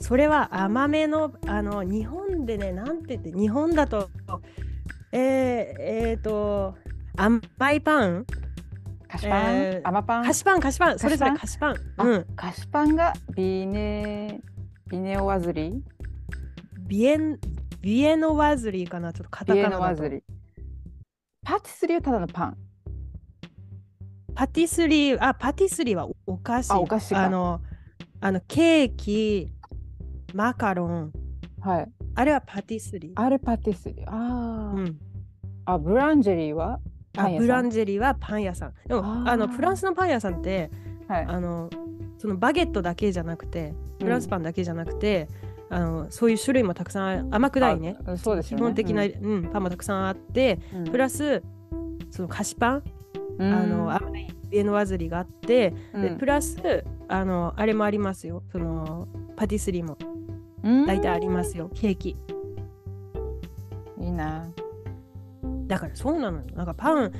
[SPEAKER 1] それは甘めのあの日本でねなんて言って日本だとえー、えー、と甘いパン
[SPEAKER 2] 菓子パン、
[SPEAKER 1] えー
[SPEAKER 2] 甘パン
[SPEAKER 1] 菓子パン菓子パンそれそれ
[SPEAKER 2] 菓
[SPEAKER 1] 菓子パン
[SPEAKER 2] あ
[SPEAKER 1] うん
[SPEAKER 2] 菓子パンがビネビネオワズリ
[SPEAKER 1] ビエンビエノワズリーかなちょっとカタ
[SPEAKER 2] ビエ
[SPEAKER 1] カ
[SPEAKER 2] ノ
[SPEAKER 1] ナ
[SPEAKER 2] ワ
[SPEAKER 1] だ
[SPEAKER 2] ズ
[SPEAKER 1] と
[SPEAKER 2] リパティスリーはただのパン
[SPEAKER 1] パティスリーあパティスリーはおお菓子
[SPEAKER 2] あお菓子か
[SPEAKER 1] あのあのケーキマカロン
[SPEAKER 2] はい
[SPEAKER 1] あれはパティスリー。
[SPEAKER 2] あれパティスリー。あー、
[SPEAKER 1] うん、
[SPEAKER 2] あ、ブランジェリーは
[SPEAKER 1] あブラン
[SPEAKER 2] ジ
[SPEAKER 1] ジェリーはパン屋さん。でも
[SPEAKER 2] あー
[SPEAKER 1] あのフランスのパン屋さんって
[SPEAKER 2] ェリー。はい。
[SPEAKER 1] あのそのバゲットだけじゃなくてフランスパンだけじゃなくて、あのそういう種類もたくさんある甘くないね。
[SPEAKER 2] あ。そうですよ
[SPEAKER 1] 基
[SPEAKER 2] ね。
[SPEAKER 1] 本的な、
[SPEAKER 2] う
[SPEAKER 1] うんんパンもたくさんあって
[SPEAKER 2] うん
[SPEAKER 1] プラスその菓子パン、
[SPEAKER 2] うん
[SPEAKER 1] あの甘い上のわずりがあって、で
[SPEAKER 2] うん
[SPEAKER 1] プラスあのあれもありますよそのパティスリーも
[SPEAKER 2] うん
[SPEAKER 1] 大体ありますよ、ケーキ
[SPEAKER 2] いいな。
[SPEAKER 1] だからそうなのよなんかパン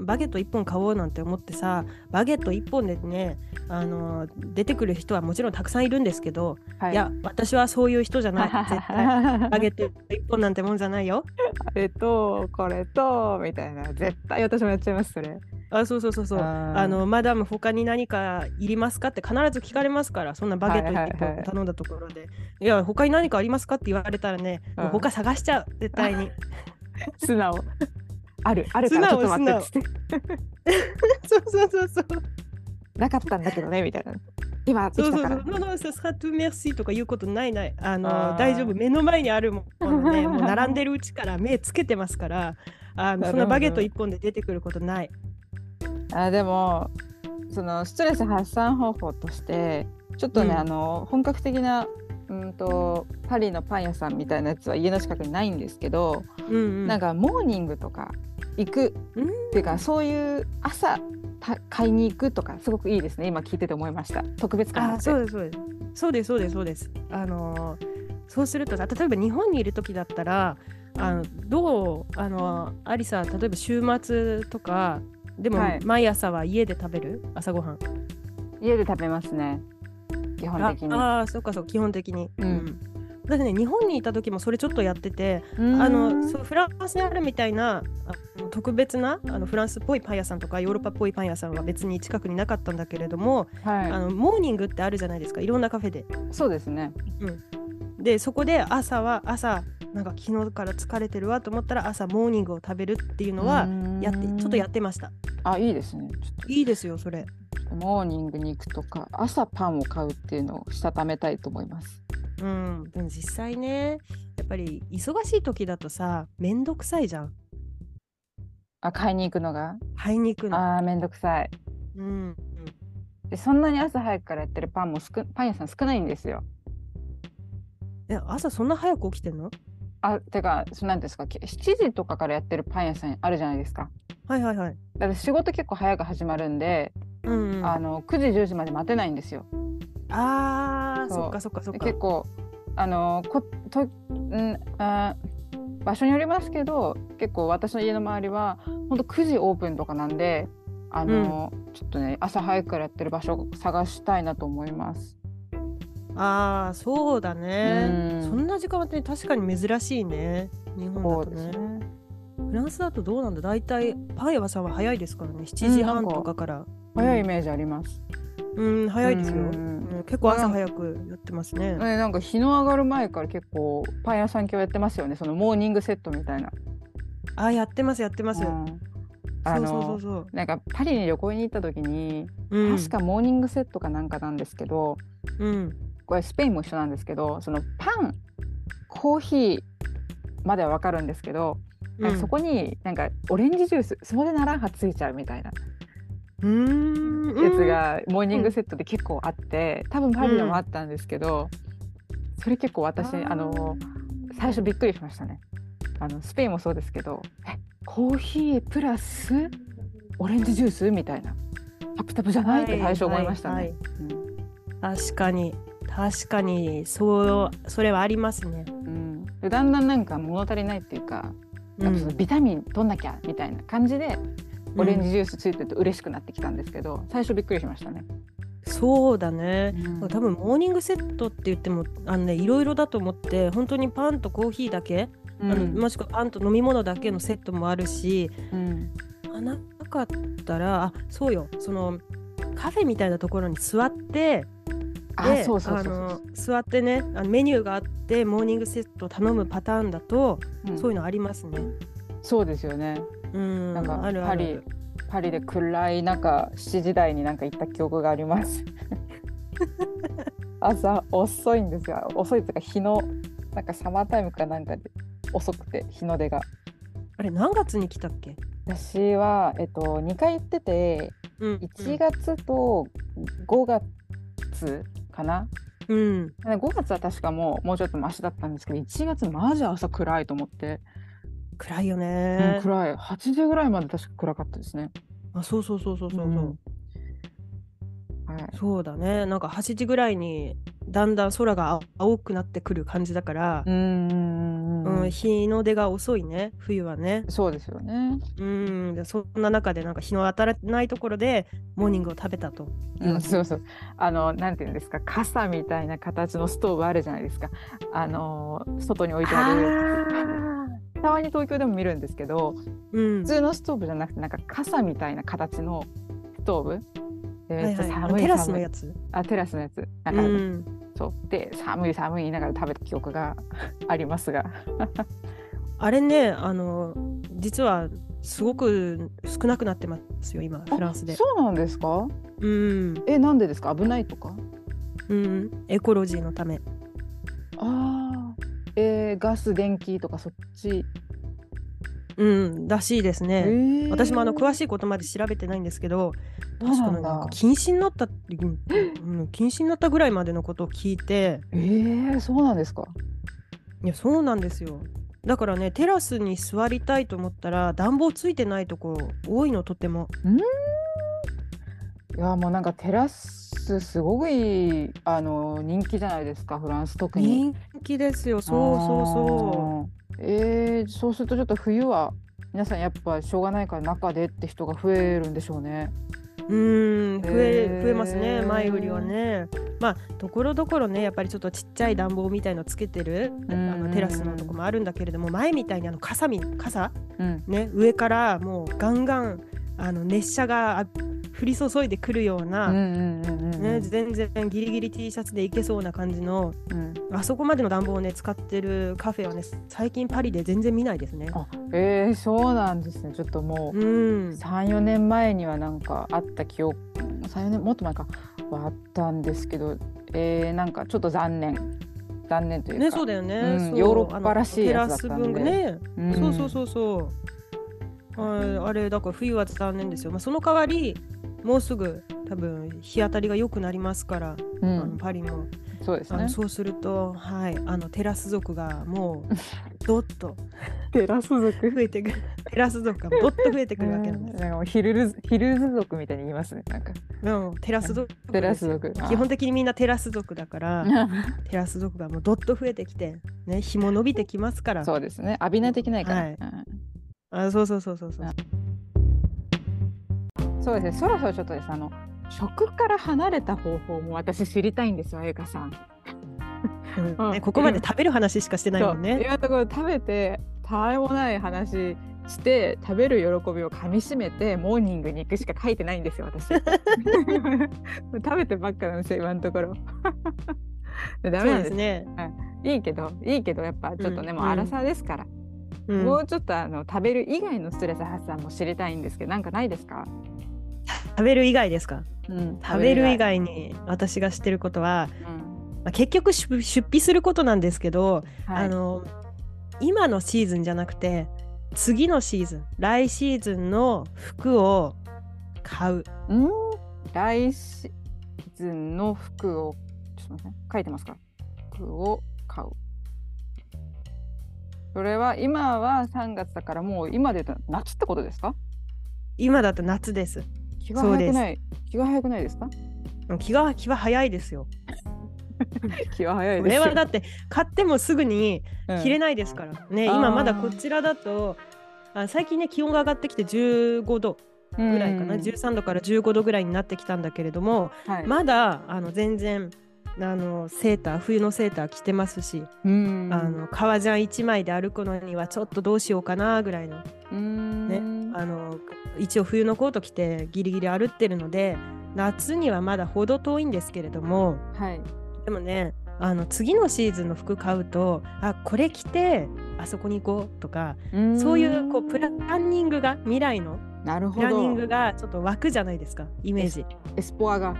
[SPEAKER 1] バゲット1本買おうなんて思ってさバゲット1本でねあの出てくる人はもちろんたくさんいるんですけど、、
[SPEAKER 2] はい
[SPEAKER 1] や私はそういう人じゃない 絶対バゲット1本なんてもんじゃないよ
[SPEAKER 2] あれとこれとみたいな絶対私もやっちゃいますそれ
[SPEAKER 1] あそうそうそうそう
[SPEAKER 2] あー
[SPEAKER 1] あのマダム他に何かいりますかって必ず聞かれますからそんなバゲット
[SPEAKER 2] はいはいはい
[SPEAKER 1] 1本頼んだところで、いや他に何かありますかって言われたらね、
[SPEAKER 2] うん
[SPEAKER 1] もう他探しちゃう絶対に
[SPEAKER 2] 素直 あるあるからち
[SPEAKER 1] 素
[SPEAKER 2] ょっ
[SPEAKER 1] 直
[SPEAKER 2] と待ってっつって
[SPEAKER 1] そうそうそうそう
[SPEAKER 2] なかったんだけどねみたいな今で
[SPEAKER 1] そう
[SPEAKER 2] き
[SPEAKER 1] そうそ
[SPEAKER 2] た
[SPEAKER 1] う。
[SPEAKER 2] か
[SPEAKER 1] ノ
[SPEAKER 2] ら
[SPEAKER 1] ーノー、さすがトゥメッシーとか言うことないない。あの
[SPEAKER 2] あー
[SPEAKER 1] 大丈夫。目の前にあるものね、もう並んでるうちから目つけてますから、あ
[SPEAKER 2] なるほど
[SPEAKER 1] のそんなバゲット一本で出てくることない。
[SPEAKER 2] あでもそのストレス発散方法としてちょっとね、
[SPEAKER 1] うん
[SPEAKER 2] あの本格的なうんとパリのパン屋さんみたいなやつは家の近くにないんですけど、
[SPEAKER 1] うんうん。
[SPEAKER 2] なんかモーニングとか行く、
[SPEAKER 1] うん
[SPEAKER 2] っていうかそういう朝た買いに行くとかすごくいいですね今聞いてて思いました特別感が
[SPEAKER 1] あ
[SPEAKER 2] あ
[SPEAKER 1] ー、
[SPEAKER 2] って
[SPEAKER 1] そうですそうです。そうですそうですそうです。あのーそうするとさ例えば日本にいる時だったら、あのどうあのアリさん例えば週末とかでも
[SPEAKER 2] はい
[SPEAKER 1] 毎朝は家で食べる朝ごはん。
[SPEAKER 2] 家で食べますね基本的に
[SPEAKER 1] ああーそうかそう基本的に。
[SPEAKER 2] うん
[SPEAKER 1] だってね日本にいた時もそれちょっとやってて。あ
[SPEAKER 2] あ
[SPEAKER 1] のそうフランスにあるみたいなあの特別なあのフランスっぽいパン屋さんとかヨーロッパっぽいパン屋さんは別に近くになかったんだけれども、あ
[SPEAKER 2] は
[SPEAKER 1] のモーニングってあるじゃないですかいろんなカフェで。
[SPEAKER 2] いそうですね
[SPEAKER 1] でそこで朝は朝なんか昨日から疲れてるわと思ったら朝モーニングを食べるっていうのはやってちょっとやってました。
[SPEAKER 2] あいいですねち
[SPEAKER 1] いいですよそれ。
[SPEAKER 2] ょっとモーニングに行くとか朝パンを買うっていうのをしたためたいと思います
[SPEAKER 1] うん、でも実際ねやっぱり忙しい時だとさめんどくさいじゃん
[SPEAKER 2] あ買いに行くのが
[SPEAKER 1] 買いに行くの。
[SPEAKER 2] あーめんどくさい
[SPEAKER 1] うん、
[SPEAKER 2] でそんなに朝早くからやってるパンも少パン屋さん少ないんですよ
[SPEAKER 1] え朝そんな早く起きてんの
[SPEAKER 2] あてかそなんていうんですかけ7時とかからやってるパン屋さんあるじゃないですか
[SPEAKER 1] はいはいはい。
[SPEAKER 2] だから仕事結構早く始まるんで、
[SPEAKER 1] うんうん、
[SPEAKER 2] あの9時10時まで待てないんですよ
[SPEAKER 1] あー
[SPEAKER 2] そう
[SPEAKER 1] そっかそっかそっ
[SPEAKER 2] で
[SPEAKER 1] か。
[SPEAKER 2] 結構あのことんあー場所によりますけど結構私の家の周りは本当9時オープンとかなんであの、ちょっとね朝早くからやってる場所を探したいなと思います。
[SPEAKER 1] ああそうだね。
[SPEAKER 2] うん
[SPEAKER 1] そんな時間はね確かに珍しいね。日本
[SPEAKER 2] そ
[SPEAKER 1] だ
[SPEAKER 2] う
[SPEAKER 1] と
[SPEAKER 2] です
[SPEAKER 1] ね。
[SPEAKER 2] ね
[SPEAKER 1] フランスだとどうなんだ大体パン屋さんは早いですからね7時半とかから。
[SPEAKER 2] 早いイメージあります。
[SPEAKER 1] うん、うん早いですよ。
[SPEAKER 2] うん
[SPEAKER 1] うん結構朝早くやってますね。
[SPEAKER 2] ねなんか日の上がる前から結構パン屋さん今日やってますよねそのモーニングセットみたいな。
[SPEAKER 1] あーやってますやってます。
[SPEAKER 2] うんあ
[SPEAKER 1] そう
[SPEAKER 2] の
[SPEAKER 1] そうそうそう。
[SPEAKER 2] なんかパリに旅行に行った時に、
[SPEAKER 1] うん、
[SPEAKER 2] 確かモーニングセットかなんかなんですけど、
[SPEAKER 1] うん。
[SPEAKER 2] これスペインも一緒なんですけどそのパンコーヒーまではわかるんですけど、なんかそこになんかオレンジジュースそこでナランハついちゃうみたいな
[SPEAKER 1] うーん
[SPEAKER 2] やつ。がモーニングセットで結構あって、多分パリでもあったんですけど、それ結構私あの最初びっくりしましたねあのスペインもそうですけどえコーヒープラスオレンジジュースみたいなタプタプじゃないって最初思いましたね。
[SPEAKER 1] ははは
[SPEAKER 2] うん
[SPEAKER 1] い確かに確かにそうそれはありますね。
[SPEAKER 2] うんでだんだんなんか物足りないっていうかやっぱそのビタミン取んなきゃみたいな感じで、
[SPEAKER 1] うん
[SPEAKER 2] オレンジジュースついてると嬉しくなってきたんですけど最初びっくりしましたね。
[SPEAKER 1] そうだね。
[SPEAKER 2] うん
[SPEAKER 1] 多分モーニングセットって言ってもあの、ね、いろいろだと思って本当にパンとコーヒーだけ、
[SPEAKER 2] うん
[SPEAKER 1] あのもしくはパンと飲み物だけのセットもあるし
[SPEAKER 2] うん
[SPEAKER 1] あななかったらあそうよそのカフェみたいなところに座って
[SPEAKER 2] あ
[SPEAKER 1] で
[SPEAKER 2] そうそうそうそう
[SPEAKER 1] あの座ってねあのメニューがあってモーニングセットを頼むパターンだと、
[SPEAKER 2] うん
[SPEAKER 1] そういうのありますね。
[SPEAKER 2] そうですよね。
[SPEAKER 1] うん
[SPEAKER 2] なんか
[SPEAKER 1] ある
[SPEAKER 2] パ
[SPEAKER 1] あ
[SPEAKER 2] リ
[SPEAKER 1] る
[SPEAKER 2] パリで暗い中7時台になんか行った記憶があ ります。朝遅いんですよ遅いっていうか日の
[SPEAKER 3] なんかサマータイムかなんかで遅くて日の出が
[SPEAKER 1] あれ何月に来たっけ、
[SPEAKER 3] 私は、えっと、2回行ってて
[SPEAKER 1] うん
[SPEAKER 3] 1月と5月かな、
[SPEAKER 1] うん、
[SPEAKER 2] 5月は確かもうもうちょっとマシだったんですけど1月マジ朝暗いと思って、
[SPEAKER 1] 暗いよ
[SPEAKER 2] う
[SPEAKER 1] ね
[SPEAKER 2] ん、暗い8時ぐらいまで確か暗かったですね。
[SPEAKER 1] あそうそうそうそうそうそう、
[SPEAKER 2] うんはい
[SPEAKER 1] そうだねなんか8時ぐらいにだんだん空が青くなってくる感じだから
[SPEAKER 2] う、んうんう
[SPEAKER 1] うんん
[SPEAKER 2] うん
[SPEAKER 1] 日の出が遅いね冬はね
[SPEAKER 2] そうですよね。
[SPEAKER 1] うんでそんな中でなんか日の当たらないところでモーニングを食べたと、
[SPEAKER 2] うん、 そうそう。あの、なんていうんですか、傘みたいな形のストーブあるじゃないですか。あの、外に置いてある。たまに東京でも見るんですけど、
[SPEAKER 1] うん
[SPEAKER 2] 普通のストーブじゃなくて、なんか傘みたいな形のストーブ。で、
[SPEAKER 1] は
[SPEAKER 2] め
[SPEAKER 1] い
[SPEAKER 2] っち
[SPEAKER 1] はい、あ
[SPEAKER 2] ゃ寒い
[SPEAKER 1] のテラスの
[SPEAKER 2] 寒い
[SPEAKER 1] やつ、
[SPEAKER 2] あ、テラスのやつ。な
[SPEAKER 1] うん
[SPEAKER 2] か、
[SPEAKER 1] ん、
[SPEAKER 2] そう。で、寒い寒い言いながら食べた記憶が ありますが。
[SPEAKER 1] あれねあの実はすごく少なくなってますよ今フランスで
[SPEAKER 2] そうなんですか。
[SPEAKER 1] うん、
[SPEAKER 2] え、なんでですか。危ないとか。
[SPEAKER 1] うん、エコロジーのため
[SPEAKER 2] ああ。えー、ガス電気とかそっち、
[SPEAKER 1] うんらしいですね、
[SPEAKER 2] ー
[SPEAKER 1] 私もあの詳しいことまで調べてないんですけど、
[SPEAKER 2] そうな
[SPEAKER 1] 確
[SPEAKER 2] んだ
[SPEAKER 1] かなんか禁止になったって、うんうん禁止になったぐらいまでのことを聞いて、
[SPEAKER 2] えー、そうなんですか
[SPEAKER 1] いや、そうなんですよ。だからね、テラスに座りたいと思ったら、暖房ついてないとこ多いの、とても。
[SPEAKER 2] いやもうなんかテラスすごくいいあの人気じゃないですかフランス特に。。
[SPEAKER 1] 人気ですよ、そうそうそう
[SPEAKER 2] えー、そうするとちょっと冬は皆さんやっぱしょうがないから中でって人が増えるんでしょうね。
[SPEAKER 1] う。うん、増え
[SPEAKER 2] へー
[SPEAKER 1] 増えますね、前よりはね。まあ、ところどころね、やっぱりちょっとちっちゃい暖房みたいのつけてる、あ
[SPEAKER 2] うんうんう
[SPEAKER 1] の
[SPEAKER 2] ん
[SPEAKER 1] テラスのとこもあるんだけれども、前みたいにあの傘み、傘
[SPEAKER 2] うん。
[SPEAKER 1] ね、上からもうガンガンあの熱射があ降り注いでくるよう
[SPEAKER 2] うんう
[SPEAKER 1] な、
[SPEAKER 2] んうんうん。
[SPEAKER 1] ね、全然ギリギリ T シャツでいけそうな感じの
[SPEAKER 2] うん、
[SPEAKER 1] あそこまでの暖房をね使ってるカフェはね最近パリで全然見ないですね。
[SPEAKER 2] あえー、そうなんですねちょっともう
[SPEAKER 1] うん、
[SPEAKER 2] 34年前にはなんかあった記憶34年もっと前かはあったんですけどえー、なんかちょっと残念残念というか。
[SPEAKER 1] ね、そうだよね、
[SPEAKER 2] うん
[SPEAKER 1] そう
[SPEAKER 2] ヨーロッパらしいやつだったんで
[SPEAKER 1] あのテラス文具ね、
[SPEAKER 2] うん
[SPEAKER 1] そうそうそうそうはいあれだから冬は残念ですよ、まあ、その代わりもうすぐ多分日当たりが良くなりますから、
[SPEAKER 2] う
[SPEAKER 1] あの
[SPEAKER 2] ん、
[SPEAKER 1] パリも
[SPEAKER 2] そうです
[SPEAKER 1] あ
[SPEAKER 2] ね
[SPEAKER 1] の。そうすると、はい、あのテラス族がもうどっと
[SPEAKER 2] テラス族
[SPEAKER 1] 増えてく るテラス族がどっと増えてくるわけなんです。
[SPEAKER 2] なんかもうヒルルズヒルズ族みたいに言いますね。なんか
[SPEAKER 1] うん、テラス族ですよ
[SPEAKER 2] テラス族。
[SPEAKER 1] 基本的にみんなテラス族だ から
[SPEAKER 2] あ
[SPEAKER 1] テラス族がもうどっと増えてきて、ね、日も伸びてきますから
[SPEAKER 2] そうですね。浴びないといけないから。
[SPEAKER 1] はい
[SPEAKER 2] うん
[SPEAKER 1] あそうそうそうそうそう
[SPEAKER 2] そうですね。そろそろちょっとですねあの食から離れた方法も私知りたいんですよ、あゆかさん。
[SPEAKER 1] うん
[SPEAKER 2] う
[SPEAKER 1] ね、
[SPEAKER 2] ん
[SPEAKER 1] ここまで食べる話しかしてないもん
[SPEAKER 2] そう
[SPEAKER 1] ね。
[SPEAKER 2] 今のところ食べてたわいもない話して食べる喜びをかみしめてモーニングに行くしか書いてないんですよ 私食べてばっかなんですよ今のところ ダ
[SPEAKER 1] そ
[SPEAKER 2] メ
[SPEAKER 1] う
[SPEAKER 2] な
[SPEAKER 1] で
[SPEAKER 2] んですす
[SPEAKER 1] ね。
[SPEAKER 2] いいけどいいけどやっぱちょっとね、
[SPEAKER 1] うん
[SPEAKER 2] もう荒さですから、
[SPEAKER 1] うん
[SPEAKER 2] もうちょっとあの食べる以外のストレス発散も知りたいんですけどなんかないですか、
[SPEAKER 1] 食べる以外ですか
[SPEAKER 2] うん
[SPEAKER 1] 食べる以、外に私がしてることは、
[SPEAKER 2] うん
[SPEAKER 1] まあ、結局出出費することなんですけど、
[SPEAKER 2] はい、
[SPEAKER 1] あの今のシーズンじゃなくて次のシーズン来シーズンの服を買う
[SPEAKER 2] うん来シーズンの服をちょっと待ってね書いてますか服を買うそれは今は3月だからもう今で言うと夏ってことですか
[SPEAKER 1] 今だと夏です
[SPEAKER 2] 気が早くない気が早くないですか
[SPEAKER 1] うん気が気は早いですよ
[SPEAKER 2] 気が早い
[SPEAKER 1] こ
[SPEAKER 2] です
[SPEAKER 1] れ
[SPEAKER 2] よ
[SPEAKER 1] はだって買ってもすぐに着れないですから、ね
[SPEAKER 2] あー
[SPEAKER 1] 今まだこちらだとあ最近ね気温が上がってきて15度ぐらいかな、
[SPEAKER 2] うん
[SPEAKER 1] 13度から15度ぐらいになってきたんだけれども
[SPEAKER 2] はい
[SPEAKER 1] まだあの全然あのセーター冬のセーター着てますし
[SPEAKER 2] うん
[SPEAKER 1] あの革ジャン1枚で歩くのにはちょっとどうしようかなぐらいの
[SPEAKER 2] うん
[SPEAKER 1] あの一応冬のコート着てギリギリ歩ってるので夏にはまだほど遠いんですけれども
[SPEAKER 2] はい
[SPEAKER 1] でもねあの次のシーズンの服買うとあこれ着てあそこに行こうとかそういうこうプランニングが未来の
[SPEAKER 2] なる
[SPEAKER 1] プ
[SPEAKER 2] ほ
[SPEAKER 1] ランニン
[SPEAKER 2] ど
[SPEAKER 1] グがちょっと湧くじゃないですかイメージ。
[SPEAKER 2] エスポアが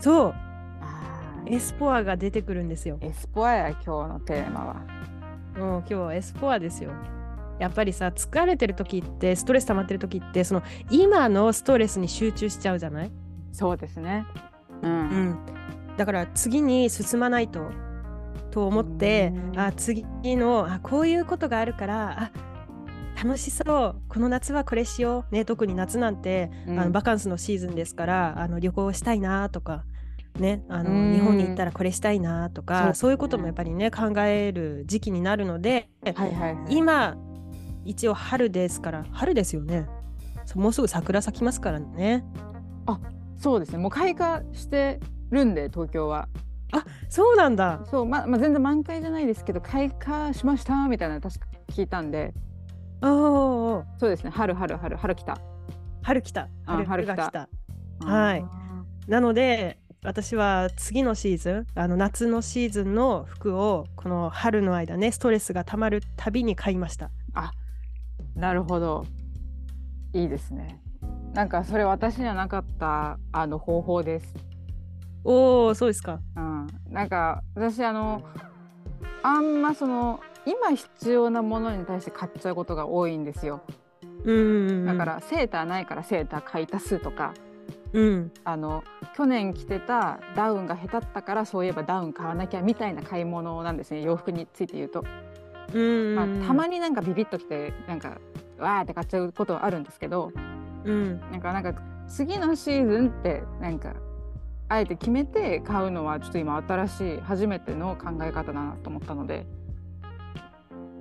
[SPEAKER 1] そう
[SPEAKER 2] あ
[SPEAKER 1] エスポアが出てくるんですよ。
[SPEAKER 2] エスポアや今日のテーマは。
[SPEAKER 1] もう今日はエスポアですよ。やっぱりさ疲れてる時ってストレス溜まってる時ってその今のストレスに集中しちゃうじゃない、
[SPEAKER 2] そうですね。う。
[SPEAKER 1] うんん、だから次に進まないとと思って
[SPEAKER 2] うん
[SPEAKER 1] あ次のあこういうことがあるからあ楽しそうこの夏はこれしようね特に夏なんてあのバカンスのシーズンですからあの旅行したいなとか、ね、あの
[SPEAKER 2] うん
[SPEAKER 1] 日本に行ったらこれしたいなと
[SPEAKER 2] そう
[SPEAKER 1] か、
[SPEAKER 2] ですね
[SPEAKER 1] そういうこともやっぱりね考える時期になるので、
[SPEAKER 2] はいはいはい。
[SPEAKER 1] 今一応春ですから春ですよねそうもうすぐ桜咲きますからね
[SPEAKER 2] そうですね。もう開花してるんで東京は。
[SPEAKER 1] そうなんだ
[SPEAKER 2] そうままあ全然満開じゃないですけど開花しましたみたいなの確か聞いたんで。
[SPEAKER 1] おーおーおー
[SPEAKER 2] そうですね。春春春春来た。
[SPEAKER 1] 春来た
[SPEAKER 2] あ
[SPEAKER 1] 春が
[SPEAKER 2] 春
[SPEAKER 1] 来
[SPEAKER 2] 来
[SPEAKER 1] たはい
[SPEAKER 2] あ
[SPEAKER 1] なので私は次のシーズンあの夏のシーズンの服をこの春の間ねストレスがたまるたびに買いました
[SPEAKER 2] ー。なるほど。いいですね。なんかそれ私にはなかったあの方法です。
[SPEAKER 1] おおそうですか
[SPEAKER 2] うん、なんか私あのあんまその今必要なものに対して買っちゃうことが多いんですよ
[SPEAKER 1] うんうんうん
[SPEAKER 2] だからセーターないからセーター買い足すとか
[SPEAKER 1] うん
[SPEAKER 2] あの去年着てたダウンが下手ったからそういえばダウン買わなきゃみたいな買い物なんですね洋服について言うと、
[SPEAKER 1] うんうんう
[SPEAKER 2] まあ
[SPEAKER 1] ん、
[SPEAKER 2] たまになんかビビッときてなんかわーって買っちゃうことはあるんですけど
[SPEAKER 1] うん
[SPEAKER 2] なんかなんか次のシーズンってなんかあえて決めて買うのはちょっと今新しい初めての考え方だなと思ったので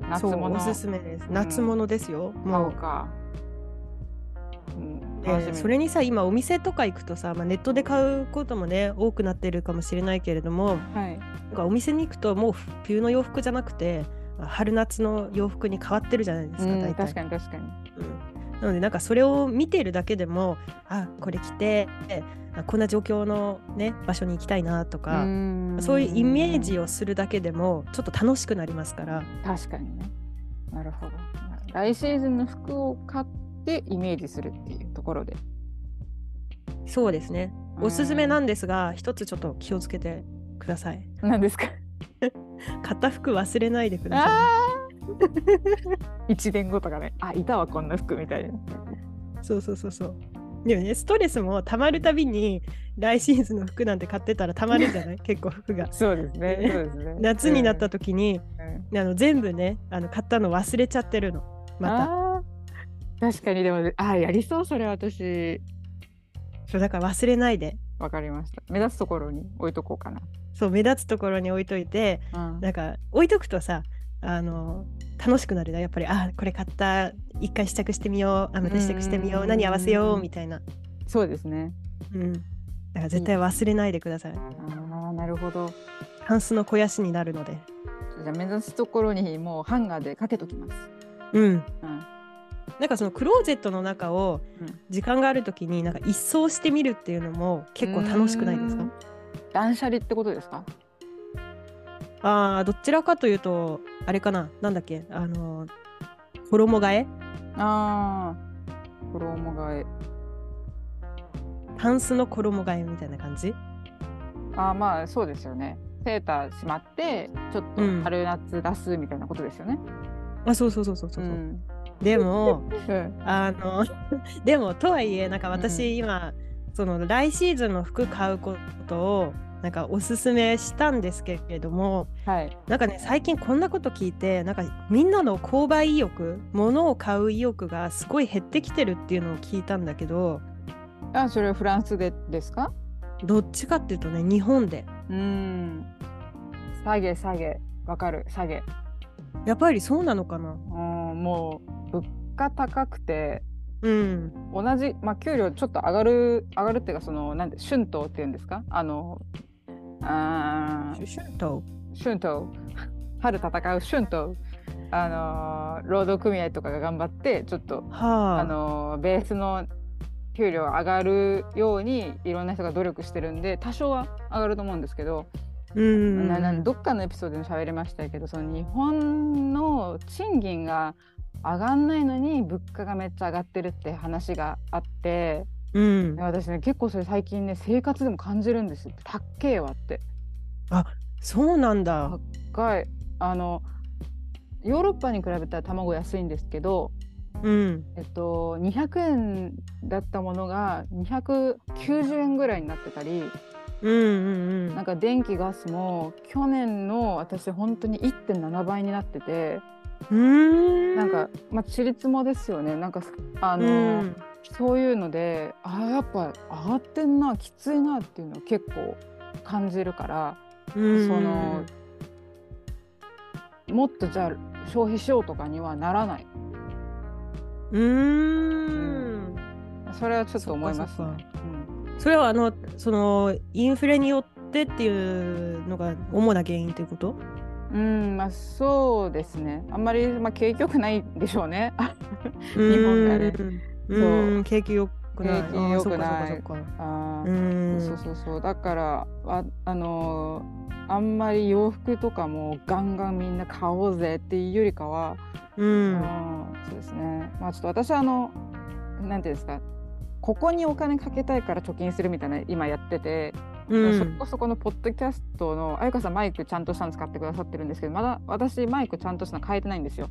[SPEAKER 2] 夏
[SPEAKER 1] そう
[SPEAKER 2] 物
[SPEAKER 1] お
[SPEAKER 2] を
[SPEAKER 1] す
[SPEAKER 2] 買
[SPEAKER 1] すめです夏物ですよ、も
[SPEAKER 2] お
[SPEAKER 1] う
[SPEAKER 2] うか、うん
[SPEAKER 1] え
[SPEAKER 2] 楽しみ
[SPEAKER 1] ーそれにさ今お店とか行くとさ、まあ、ネットで買うこともね多くなってるかもしれないけれども
[SPEAKER 2] はい
[SPEAKER 1] なんかお店に行くともう冬の洋服じゃなくてまあ春夏の洋服に変わってるじゃないですか、
[SPEAKER 2] うん
[SPEAKER 1] 大体
[SPEAKER 2] 確かに確かに
[SPEAKER 1] うんなのでなんかそれを見ているだけでもあこれ着てあこんな状況の、ね、場所に行きたいなとか、
[SPEAKER 2] ん
[SPEAKER 1] そういうイメージをするだけでもちょっと楽しくなりますから
[SPEAKER 2] 確かにねなるほど来シーズンの服を買ってイメージするっていうところで
[SPEAKER 1] そうですねおすすめなんんですが一つちょっと気をつけてください
[SPEAKER 2] なんですか
[SPEAKER 1] 買った服忘れないでくださいね
[SPEAKER 2] ああ一年後とかねあいたわこんな服みたいな
[SPEAKER 1] そうそうそうそう。でもね、ストレスもたまるたびに来シーズンの服なんて買ってたらたまるじ ゃない結構服が。
[SPEAKER 2] そうですね。そうですね
[SPEAKER 1] 夏になった、時に、
[SPEAKER 2] うんうん
[SPEAKER 1] あの全部ねあの買ったの忘れちゃってるのま
[SPEAKER 2] あー確かにでもあーやりそうそれ私
[SPEAKER 1] たそうだから忘れないで
[SPEAKER 2] わかりました。目立つところに置いとこうかな。
[SPEAKER 1] そう目立つところに置いといて
[SPEAKER 2] うん
[SPEAKER 1] なんか置いとくとさあの楽しくなるなやっぱりあこれ買った一回試着してみようあまた試着してみよ
[SPEAKER 2] う
[SPEAKER 1] うん何合わせようみたいな、
[SPEAKER 2] そうですね。
[SPEAKER 1] うん、だから絶対忘れないでください
[SPEAKER 2] ああなるほど。
[SPEAKER 1] タンスの肥やしになるので
[SPEAKER 2] じゃあ目立つところにもうハンガーでかけときます。
[SPEAKER 1] うん
[SPEAKER 2] うん。
[SPEAKER 1] なんかそのクローゼットの中を
[SPEAKER 2] うん
[SPEAKER 1] 時間があるときになんか一掃してみるっていうのも結構楽しくないです
[SPEAKER 2] う
[SPEAKER 1] か
[SPEAKER 2] ん断捨離ってことですか？
[SPEAKER 1] ああどちらかというとあれかななんだっけあのー衣替え
[SPEAKER 2] ああ衣替え。
[SPEAKER 1] タンスの衣替えみたいな感じ
[SPEAKER 2] ああまあそうですよね。セーターしまってちょっと
[SPEAKER 1] うん
[SPEAKER 2] 春夏出すみたいなことですよね。
[SPEAKER 1] あそうそうそうそうそう、
[SPEAKER 2] ん。
[SPEAKER 1] でも
[SPEAKER 2] うん
[SPEAKER 1] あの でもとはいえなんか私今、その来シーズンの服買うことをなんかおすすめしたんですけれども、
[SPEAKER 2] はい。
[SPEAKER 1] なんかね最近こんなこと聞いてなんかみんなの購買意欲物を買う意欲がすごい減ってきてるっていうのを聞いたんだけど
[SPEAKER 2] あそれはフランスでですか？
[SPEAKER 1] どっちかっていうとね日本で
[SPEAKER 2] うーん。下げ下げ。わかる。下げ。
[SPEAKER 1] やっぱりそうなのかな
[SPEAKER 2] うーんもう物価高くて
[SPEAKER 1] うん
[SPEAKER 2] 同じまあ給料ちょっと上がる上がるっていうかそのなんで春闘っていうんですか？あのあー
[SPEAKER 1] シュント
[SPEAKER 2] 春闘春戦う春闘あのー労働組合とかが頑張ってちょっと
[SPEAKER 1] はあ
[SPEAKER 2] あのーベースの給料上がるようにいろんな人が努力してるんで多少は上がると思うんですけど
[SPEAKER 1] うん
[SPEAKER 2] ななんどっかのエピソードでも喋りましたけどその日本の賃金が上がんないのに物価がめっちゃ上がってるって話があって
[SPEAKER 1] うん
[SPEAKER 2] 私ね結構それ最近ね生活でも感じるんですよ「たっけえわ」って
[SPEAKER 1] そうなんだ。
[SPEAKER 2] 高いあのヨーロッパに比べたら卵安いんですけど、
[SPEAKER 1] うん。
[SPEAKER 2] えっと、200円だったものが290円ぐらいになってたり
[SPEAKER 1] うんうんう
[SPEAKER 2] なん
[SPEAKER 1] ん。
[SPEAKER 2] か電気ガスも去年の私本当に1.7倍になってて
[SPEAKER 1] うーん。
[SPEAKER 2] なんか、まあ、ちりつもですよねなんかあ
[SPEAKER 1] あ
[SPEAKER 2] の、そういうのであーやっぱ上がってんなきついなっていうのを結構感じるから、そのもっとじゃあ消費しようとかにはならない
[SPEAKER 1] うんうん。
[SPEAKER 2] それはちょっと思います
[SPEAKER 1] そっか
[SPEAKER 2] ね。うん
[SPEAKER 1] それはあのそのインフレによってっていうのが主な原因ということ？
[SPEAKER 2] うんまあ、そうですねあんまり、まあ、景気よくないでしょうねあ
[SPEAKER 1] 日
[SPEAKER 2] 本がね
[SPEAKER 1] うーん景気良くない。
[SPEAKER 2] 景気良く
[SPEAKER 1] あーそ
[SPEAKER 2] ない
[SPEAKER 1] っかそっかそっか
[SPEAKER 2] あ
[SPEAKER 1] う
[SPEAKER 2] ー、
[SPEAKER 1] ーん。
[SPEAKER 2] そうそうそうだからあ、あのーあんまり洋服とかもガンガンみんな買おうぜっていうよりかは、
[SPEAKER 1] う。
[SPEAKER 2] うんん、そうですねまあちょっと私はあのなんていうんですかここにお金かけたいから貯金するみたいな今やってて、
[SPEAKER 1] う
[SPEAKER 2] そ
[SPEAKER 1] ん
[SPEAKER 2] こそこのポッドキャストのあゆかさんマイクちゃんとしたの使ってくださってるんですけどまだ私マイクちゃんとしたの変えてないんですよ。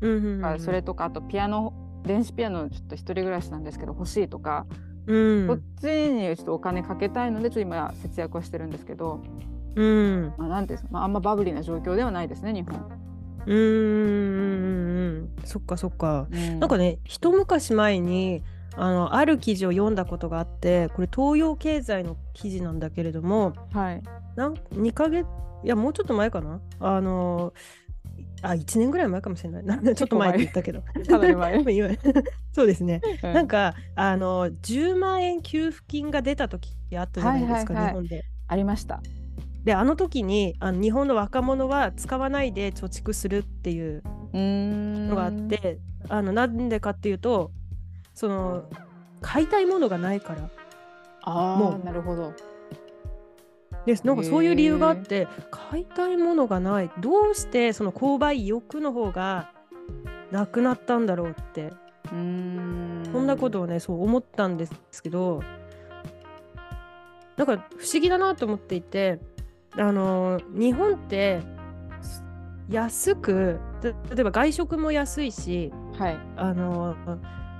[SPEAKER 1] うんうん
[SPEAKER 2] だからそれとかあとピアノ電子ピアノちょっと一人暮らしなんですけど欲しいとか、
[SPEAKER 1] うん
[SPEAKER 2] こっちにちょっとお金かけたいのでちょっと今節約はしてるんですけど、
[SPEAKER 1] うん
[SPEAKER 2] まあ、なんていうんですか、まあ、あんまバブリーな状況ではないですね日本。
[SPEAKER 1] うんうんうんうんそっかそっか。なんか
[SPEAKER 2] ね、
[SPEAKER 1] ね一昔前にあのある記事を読んだことがあってこれ東洋経済の記事なんだけれども
[SPEAKER 2] はい、
[SPEAKER 1] なん2ヶ月いやもうちょっと前かなあのあ1年ぐらい前かもしれないなんでちょっと前って言ったけど
[SPEAKER 2] かなり 前
[SPEAKER 1] 多分言わないそうですね、
[SPEAKER 2] うん
[SPEAKER 1] なんかあの10万円給付金が出た時あったじゃないですか、
[SPEAKER 2] はいはいはい
[SPEAKER 1] 日本で。
[SPEAKER 2] ありました。
[SPEAKER 1] であの時にあの日本の若者は使わないで貯蓄するっていう
[SPEAKER 2] うーん
[SPEAKER 1] のがあってあのなんでかっていうとその買いたいものがないから
[SPEAKER 2] あ
[SPEAKER 1] も
[SPEAKER 2] も
[SPEAKER 1] う
[SPEAKER 2] うなるほど。
[SPEAKER 1] ですなんかそういう理由があって買いたいものがないどうしてその購買意欲の方がなくなったんだろうって
[SPEAKER 2] うーん
[SPEAKER 1] こんなことをねそう思ったんですけどなんか不思議だなと思っていてあの日本ってす安くた例えば外食も安いし
[SPEAKER 2] はい。
[SPEAKER 1] あの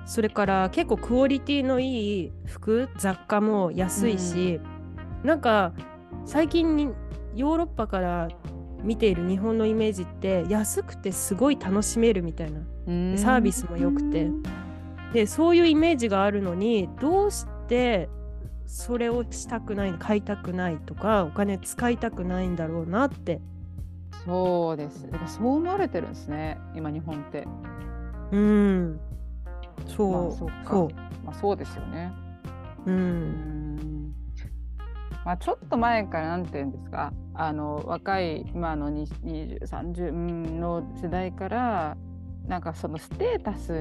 [SPEAKER 1] それから結構クオリティのいい服雑貨も安いし、なんか最近にヨーロッパから見ている日本のイメージって安くてすごい楽しめるみたいな
[SPEAKER 2] うーん
[SPEAKER 1] サービスも良くてでそういうイメージがあるのにどうしてそれをしたくない買いたくないとかお金使いたくないんだろうなって
[SPEAKER 2] そうです。だからそう思われてるんですね今日本って。
[SPEAKER 1] うんそう、
[SPEAKER 2] まあそうか
[SPEAKER 1] そ
[SPEAKER 2] まあそうですよね。
[SPEAKER 1] うう
[SPEAKER 2] うー
[SPEAKER 1] ん
[SPEAKER 2] んまあ、ちょっと前からなんて言うんですかあの若い今の2030の世代からなんかそのステータス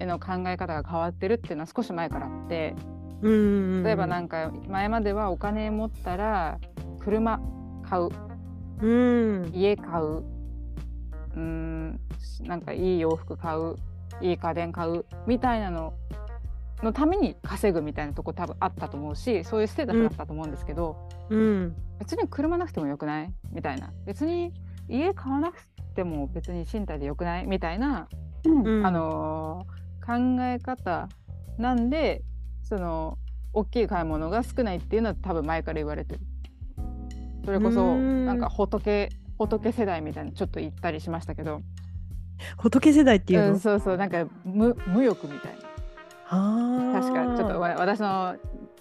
[SPEAKER 2] への考え方が変わってるっていうのは少し前からあって
[SPEAKER 1] うん
[SPEAKER 2] 例えばなんんか前まではお金持ったら車買う
[SPEAKER 1] うん
[SPEAKER 2] 家買ううーんなんかいい洋服買ういい家電買うみたいなののために稼ぐみたいなとこ多分あったと思うしそういうステータスだったと思うんですけど、
[SPEAKER 1] うん
[SPEAKER 2] 別に車なくてもよくないみたいな別に家買わなくても別に賃貸でよくないみたいな、
[SPEAKER 1] ん
[SPEAKER 2] あのー考え方なんでその大きい買い物が少ないっていうのは多分前から言われてるそれこ
[SPEAKER 1] うー
[SPEAKER 2] そ
[SPEAKER 1] ん
[SPEAKER 2] なんか仏仏世代みたいなちょっと言ったりしましたけど
[SPEAKER 1] 仏世代っていうの、
[SPEAKER 2] うんそうそうなんか無無欲みたいな
[SPEAKER 1] あ
[SPEAKER 2] 確かちょっと
[SPEAKER 1] っ
[SPEAKER 2] わ私の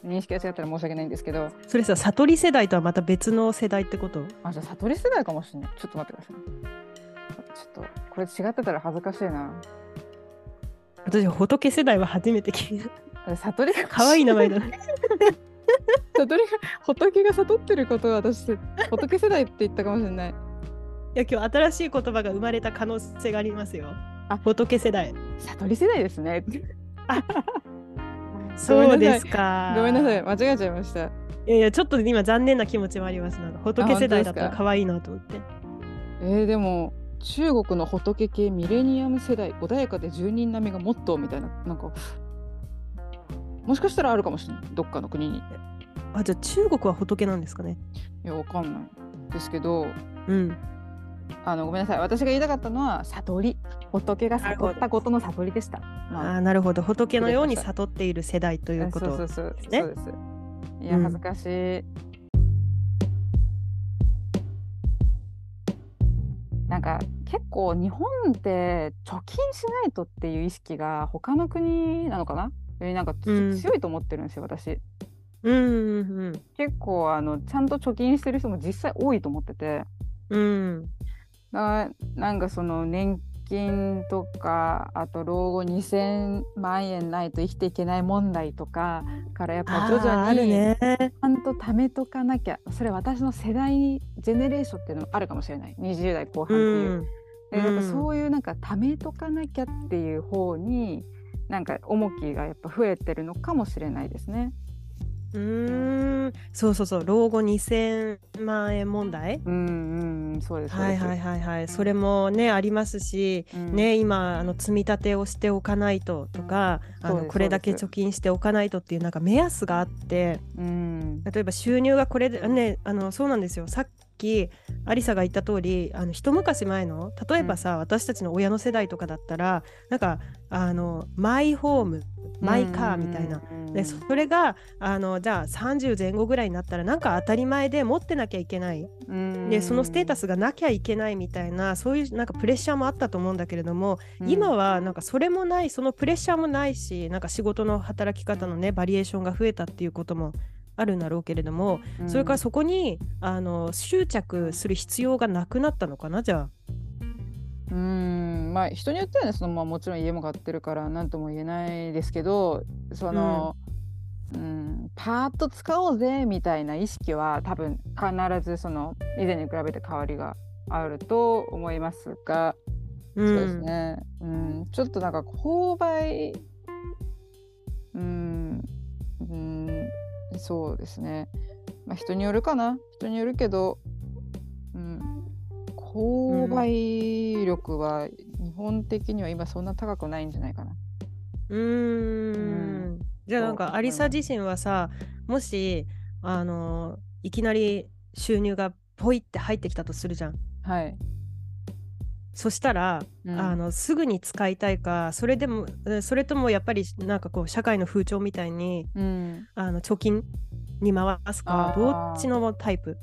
[SPEAKER 2] 認識が違ったら申し訳ないんですけど
[SPEAKER 1] とそれさ悟り世代とはまた別の世代ってこと
[SPEAKER 2] あじゃあ悟り世代かもしれない。ちょっと待ってください。ちょっとこれ違ってたら恥ずかしいな。
[SPEAKER 1] 私仏世代は初めて聞いた
[SPEAKER 2] 悟りが。
[SPEAKER 1] 可愛い名前だ
[SPEAKER 2] 悟りが仏が悟ってることを私仏世代って言ったかもしれない。
[SPEAKER 1] いや今日新しい言葉が生まれた可能性がありますよ
[SPEAKER 2] あ
[SPEAKER 1] 仏世代
[SPEAKER 2] 悟り世代ですね。
[SPEAKER 1] そうですか
[SPEAKER 2] ごめんなさい間違えちゃいました。
[SPEAKER 1] いやいやちょっと今残念な気持ちもありますなんか仏世代だと
[SPEAKER 2] あ本当ですか
[SPEAKER 1] 可愛いなと思って
[SPEAKER 2] えー、でも中国の仏系ミレニアム世代穏やかで住人並みがモットーみたいななんかもしかしたらあるかもしれないどっかの国に。
[SPEAKER 1] あじゃあ中国は仏なんですかね
[SPEAKER 2] いやわかんない。ですけど
[SPEAKER 1] うん。
[SPEAKER 2] あのごめんなさい私が言いたかったのは悟り仏が悟ったことの悟りでした。
[SPEAKER 1] あ
[SPEAKER 2] まあ
[SPEAKER 1] あー、なるほど。仏のように悟っている世代というこ
[SPEAKER 2] そうそ
[SPEAKER 1] と
[SPEAKER 2] う。そう
[SPEAKER 1] ね
[SPEAKER 2] そうです。いや
[SPEAKER 1] うん
[SPEAKER 2] 恥ずかしい。なんか結構日本って貯金しないとっていう意識が他の国なのかなよりなんかつ
[SPEAKER 1] うん
[SPEAKER 2] 強いと思ってるんですよ私
[SPEAKER 1] うんうん
[SPEAKER 2] 結構あのちゃんと貯金してる人も実際多いと思ってて
[SPEAKER 1] うん。うん。
[SPEAKER 2] ななんかその年金とかあと老後2,000万円ないと生きていけない問題とかからやっぱ
[SPEAKER 1] あ
[SPEAKER 2] 徐
[SPEAKER 1] ー
[SPEAKER 2] 々
[SPEAKER 1] ある
[SPEAKER 2] にち
[SPEAKER 1] ね。
[SPEAKER 2] ゃんと貯めとかなきゃそれ私の世代ジェネレーションっていうのもあるかもしれない20代後半って
[SPEAKER 1] う
[SPEAKER 2] いう。
[SPEAKER 1] ん。
[SPEAKER 2] でなんか
[SPEAKER 1] うん
[SPEAKER 2] そういうなんか貯めとかなきゃっていう方になんか重きがやっぱ増えてるのかもしれないですね。
[SPEAKER 1] うーん。そうそうそう。老後2000万円問題。
[SPEAKER 2] うんうんそうですそう
[SPEAKER 1] は
[SPEAKER 2] で
[SPEAKER 1] い
[SPEAKER 2] す。
[SPEAKER 1] はいはいはい。それもね、ありますし。
[SPEAKER 2] うん
[SPEAKER 1] ね、今あの積み立てをしておかないととかあ
[SPEAKER 2] そう
[SPEAKER 1] の
[SPEAKER 2] です
[SPEAKER 1] これだけ
[SPEAKER 2] そうです
[SPEAKER 1] 貯金しておかないとっていうなんか目安があって
[SPEAKER 2] うん
[SPEAKER 1] 例えば収入がこれでねあのそうなんですよさっきありさが言った通りあの一昔前の例えばさ、私たちの親の世代とかだったらなんかあのマイホームマイカーみたいな。。
[SPEAKER 2] うん
[SPEAKER 1] でそれがあのじゃあ30前後ぐらいになったらなんか当たり前で持ってなきゃいけないでそのステータスがなきゃいけないみたいなそういうなんかプレッシャーもあったと思うんだけれども今はなんかそれもないそのプレッシャーもないしなんか仕事の働き方のねバリエーションが増えたっていうこともあるんだろうけれども、それからそこにあの執着する必要がなくなったのかなじゃあ。
[SPEAKER 2] うんまあ人によってはねそのまあもちろん家も買ってるから何とも言えないですけどその、うんパーッと使おうぜみたいな意識は多分必ずその以前に比べて変わりがあると思いますが、
[SPEAKER 1] うん
[SPEAKER 2] そうですね、うん、ちょっとなんか購買うん、うん、そうですねまあ人によるかな人によるけど、うん、購買力は日本的には今そんな高くないんじゃないかな。
[SPEAKER 1] うーんじゃあなん
[SPEAKER 2] そう
[SPEAKER 1] かアリサ自身はさもしあのいきなり収入がポイって入ってきたとするじゃん。
[SPEAKER 2] はい、
[SPEAKER 1] そしたら
[SPEAKER 2] うん
[SPEAKER 1] あのすぐに使いたいかそれでもうんそれともやっぱりなんかこう社会の風潮みたいに
[SPEAKER 2] うん、
[SPEAKER 1] あの貯金に回すか
[SPEAKER 2] あ
[SPEAKER 1] ど
[SPEAKER 2] ー
[SPEAKER 1] っちのタイプ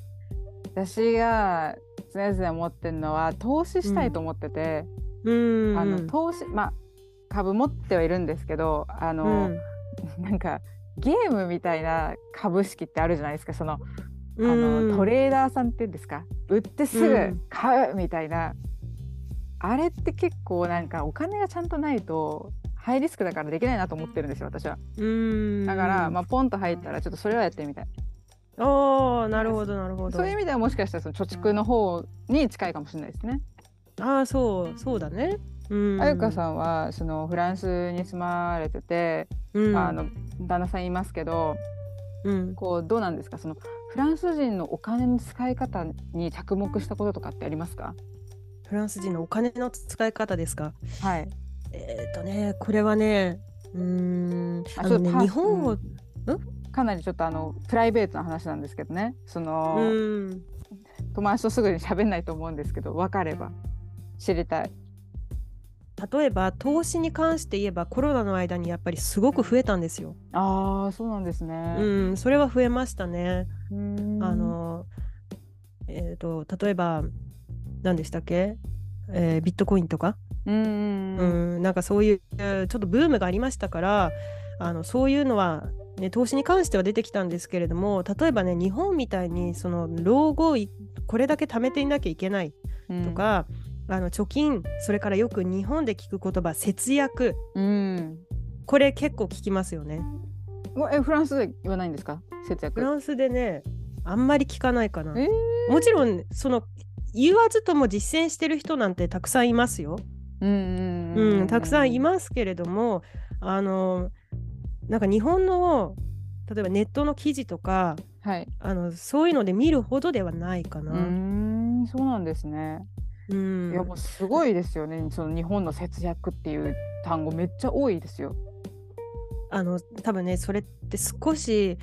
[SPEAKER 2] 私が常々思ってるのは投資したいと思ってて、
[SPEAKER 1] うーん
[SPEAKER 2] あの投資まあ株持ってはいるんですけどあ
[SPEAKER 1] う
[SPEAKER 2] の、
[SPEAKER 1] ん
[SPEAKER 2] なんかゲームみたいな株式ってあるじゃないですかそのあ
[SPEAKER 1] う
[SPEAKER 2] の
[SPEAKER 1] ん
[SPEAKER 2] トレーダーさんって言うんですか売ってす
[SPEAKER 1] う
[SPEAKER 2] ぐ
[SPEAKER 1] ん
[SPEAKER 2] 買うみたいな、あれって結構なんかお金がちゃんとないとハイリスクだからできないなと思ってるんですよ私は
[SPEAKER 1] うーん
[SPEAKER 2] だから、まあ、ポンと入ったらちょっとそれはやってみたい
[SPEAKER 1] おーなるほどなるほど
[SPEAKER 2] そういう意味ではもしかしたらその貯蓄の方に近いかもしれないですね
[SPEAKER 1] ああそうそうだねうん
[SPEAKER 2] あゆかさんはそのフランスに住まれてて、
[SPEAKER 1] うん
[SPEAKER 2] あの旦那さんいますけど
[SPEAKER 1] うん
[SPEAKER 2] こうどうなんですかそのフランス人のお金の使い方に着目したこととかってありますか
[SPEAKER 1] フランス人のお金の使い方ですか
[SPEAKER 2] はい
[SPEAKER 1] えっとねこれはねうーん
[SPEAKER 2] あ
[SPEAKER 1] あのね
[SPEAKER 2] ちょっとパ
[SPEAKER 1] 日本を
[SPEAKER 2] うんかなりちょっとあのプライベートな話なんですけどねその、
[SPEAKER 1] うん
[SPEAKER 2] 友達とすぐに喋んないと思うんですけど分かれば知りたい。
[SPEAKER 1] 例えば投資に関して言えばコロナの間にやっぱりすごく増えたんですよ。
[SPEAKER 2] ああそうなんですね。
[SPEAKER 1] うん、それは増えましたね。
[SPEAKER 2] うん
[SPEAKER 1] あのえっ、と例えば何でしたっけ、えービットコインとか、
[SPEAKER 2] うん
[SPEAKER 1] う
[SPEAKER 2] うん
[SPEAKER 1] ん
[SPEAKER 2] うん
[SPEAKER 1] なんかそういうちょっとブームがありましたからあのそういうのは、ね、投資に関しては出てきたんですけれども例えばね日本みたいにその老後いこれだけ貯めていなきゃいけない
[SPEAKER 2] うん
[SPEAKER 1] とか、あの貯金それからよく日本で聞く言葉節約
[SPEAKER 2] うん
[SPEAKER 1] これ結構聞きますよね。
[SPEAKER 2] おえフランスで言わないんですか節約
[SPEAKER 1] フランスでねあんまり聞かないかな、
[SPEAKER 2] え
[SPEAKER 1] もちろんその言わずとも実践してる人なんてたくさんいますよ、
[SPEAKER 2] うんうん
[SPEAKER 1] うんたくさんい
[SPEAKER 2] す
[SPEAKER 1] ますけれどもあのなんか日本の例えばネットの記事とか
[SPEAKER 2] はい
[SPEAKER 1] あのそういうので見るほどではないかな、
[SPEAKER 2] うーんそうなんですね、
[SPEAKER 1] うん
[SPEAKER 2] いやもうすごいですよねその日本の節約っていう単語めっちゃ多いですよ
[SPEAKER 1] あの多分ねそれって少し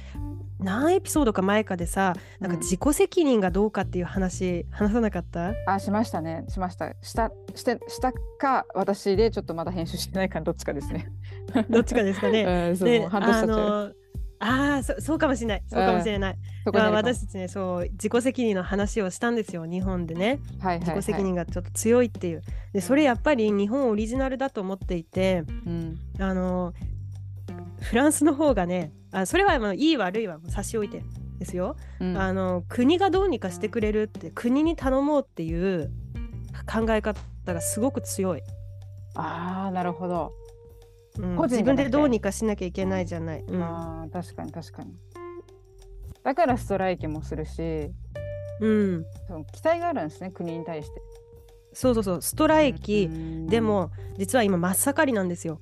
[SPEAKER 1] 何エピソードか前かでさなんか
[SPEAKER 2] うん
[SPEAKER 1] 自己責任がどうかっていう話話さなか った
[SPEAKER 2] あ、しましたね。しました。した、して、したか、私でちょっとまだ編集してないか、どっちかで すね。
[SPEAKER 1] どっちかですかね。
[SPEAKER 2] うん、そう、も
[SPEAKER 1] で
[SPEAKER 2] う半年経
[SPEAKER 1] あ
[SPEAKER 2] っちゃう。
[SPEAKER 1] のああそそうかもしれないそうかもしれない。
[SPEAKER 2] そこ
[SPEAKER 1] ま
[SPEAKER 2] に
[SPEAKER 1] あ
[SPEAKER 2] あるかも
[SPEAKER 1] 私たちねそう自己責任の話をしたんですよ日本でね
[SPEAKER 2] はいはい
[SPEAKER 1] 自
[SPEAKER 2] はい
[SPEAKER 1] 己責任がちょっと強いっていう。でそれやっぱり日本オリジナルだと思っていて
[SPEAKER 2] うん
[SPEAKER 1] あのフランスの方がねあそれはまあいい悪いは差し置いてですよ。
[SPEAKER 2] うん
[SPEAKER 1] あの国がどうにかしてくれるって国に頼もうっていう考え方がすごく強い、
[SPEAKER 2] あーなるほど、
[SPEAKER 1] うん
[SPEAKER 2] 個人じ
[SPEAKER 1] 自
[SPEAKER 2] ゃなくて
[SPEAKER 1] 分でどうにかしなきゃいけないじゃない、うん
[SPEAKER 2] あー確かに確かにだからストライキもするし
[SPEAKER 1] うん
[SPEAKER 2] その期待があるんですね国に対して
[SPEAKER 1] そうそうそうストライキ、
[SPEAKER 2] うん
[SPEAKER 1] でも実は今真っ盛りなんですよ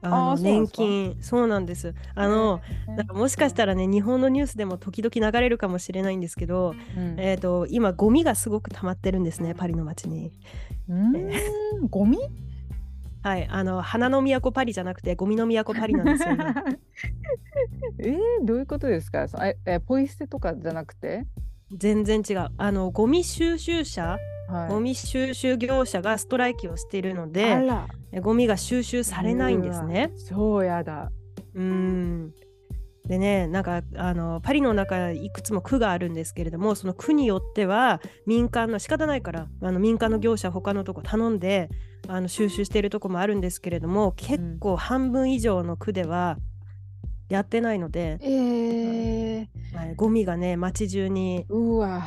[SPEAKER 1] あの
[SPEAKER 2] あーそうな
[SPEAKER 1] 年
[SPEAKER 2] んですか
[SPEAKER 1] 金そうなんですあの、
[SPEAKER 2] ね
[SPEAKER 1] なんかもしかしたらね日本のニュースでも時々流れるかもしれないんですけど、
[SPEAKER 2] うん
[SPEAKER 1] えー、と今ゴミがすごく溜まってるんですねパリの街に
[SPEAKER 2] うんゴミ
[SPEAKER 1] はいあの花の都パリじゃなくてゴミの都パリなんですよ 今
[SPEAKER 2] えー、どういうことですかそのええポイ捨てとかじゃなくて、
[SPEAKER 1] 全然違うあのゴミ収集車
[SPEAKER 2] はい、
[SPEAKER 1] ゴミ収集業者がストライキをしているの
[SPEAKER 2] あ
[SPEAKER 1] で
[SPEAKER 2] ら
[SPEAKER 1] ゴミが収集されないんですね
[SPEAKER 2] う。わそうやだ
[SPEAKER 1] うんでねなんかあのパリの中いくつも区があるんですけれどもその区によっては民間の仕方ないからあの民間の業者他のとこ頼んであの収集しているとこもあるんですけれども結構半分以上の区ではやってないので、
[SPEAKER 2] えー、
[SPEAKER 1] はいゴミがね街中に
[SPEAKER 2] うわ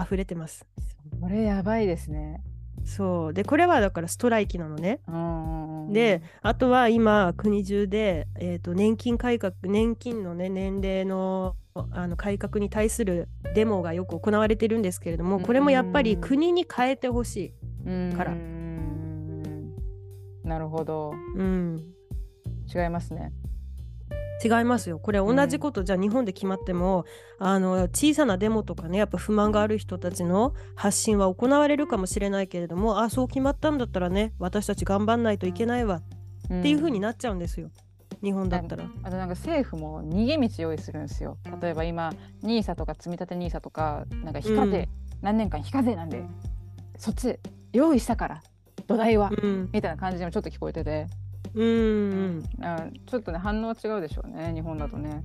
[SPEAKER 1] 溢れてます。
[SPEAKER 2] これやばいですね
[SPEAKER 1] そうでこれはだからストライキなのね。
[SPEAKER 2] うん
[SPEAKER 1] で、あとは今、国中で、えー、と年金改革、年金の、ね、年齢のあの改革に対するデモがよく行われてるんですけれども、これもやっぱり
[SPEAKER 2] うん
[SPEAKER 1] 国に変えてほしい。から
[SPEAKER 2] うんなるほど
[SPEAKER 1] うん
[SPEAKER 2] 違いますね
[SPEAKER 1] 違いますよこれ同じこと、じゃあ日本で決まってもあの小さなデモとかねやっぱ不満がある人たちの発信は行われるかもしれないけれどもあそう決まったんだったらね私たち頑張んないといけないわっていう風になっちゃうんですよ、日本だったら。
[SPEAKER 2] あとなんか政府も逃げ道用意するんですよ。例えば今ニーサとか積み立てニーサとかなんか非課税、
[SPEAKER 1] うん
[SPEAKER 2] 何年間非課税なんでそっち用意したから土台は、
[SPEAKER 1] うん、
[SPEAKER 2] みたいな感じにもちょっと聞こえてて、
[SPEAKER 1] うん、うん
[SPEAKER 2] あちょっとね反応は違うでしょうね日本だとね。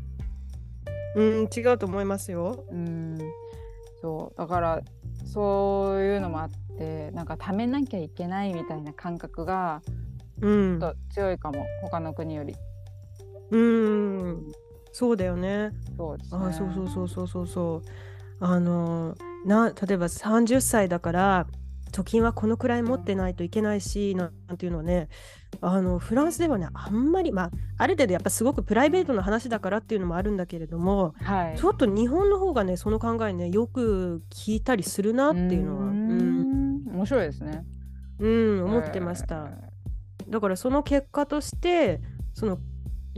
[SPEAKER 1] うん、違うと思いますよ。
[SPEAKER 2] うんそうだからそういうのもあってなんか貯めなきゃいけないみたいな感覚が
[SPEAKER 1] うん
[SPEAKER 2] ちょっと強いかも他の国より。
[SPEAKER 1] うん、そうだよね。
[SPEAKER 2] そうですね。
[SPEAKER 1] あ、そうそうそうそうそうそう。あのな例えば30歳だから貯金はこのくらい持ってないといけないしななんていうのはねあのフランスではねあんまりまあある程度やっぱすごくプライベートな話だからっていうのもあるんだけれども
[SPEAKER 2] はい。
[SPEAKER 1] ちょっと日本の方がねその考えねよく聞いたりするなっていうのは
[SPEAKER 2] う
[SPEAKER 1] う
[SPEAKER 2] ー
[SPEAKER 1] ん、
[SPEAKER 2] ん面白いですね。
[SPEAKER 1] うん、思ってました。だからその結果としてその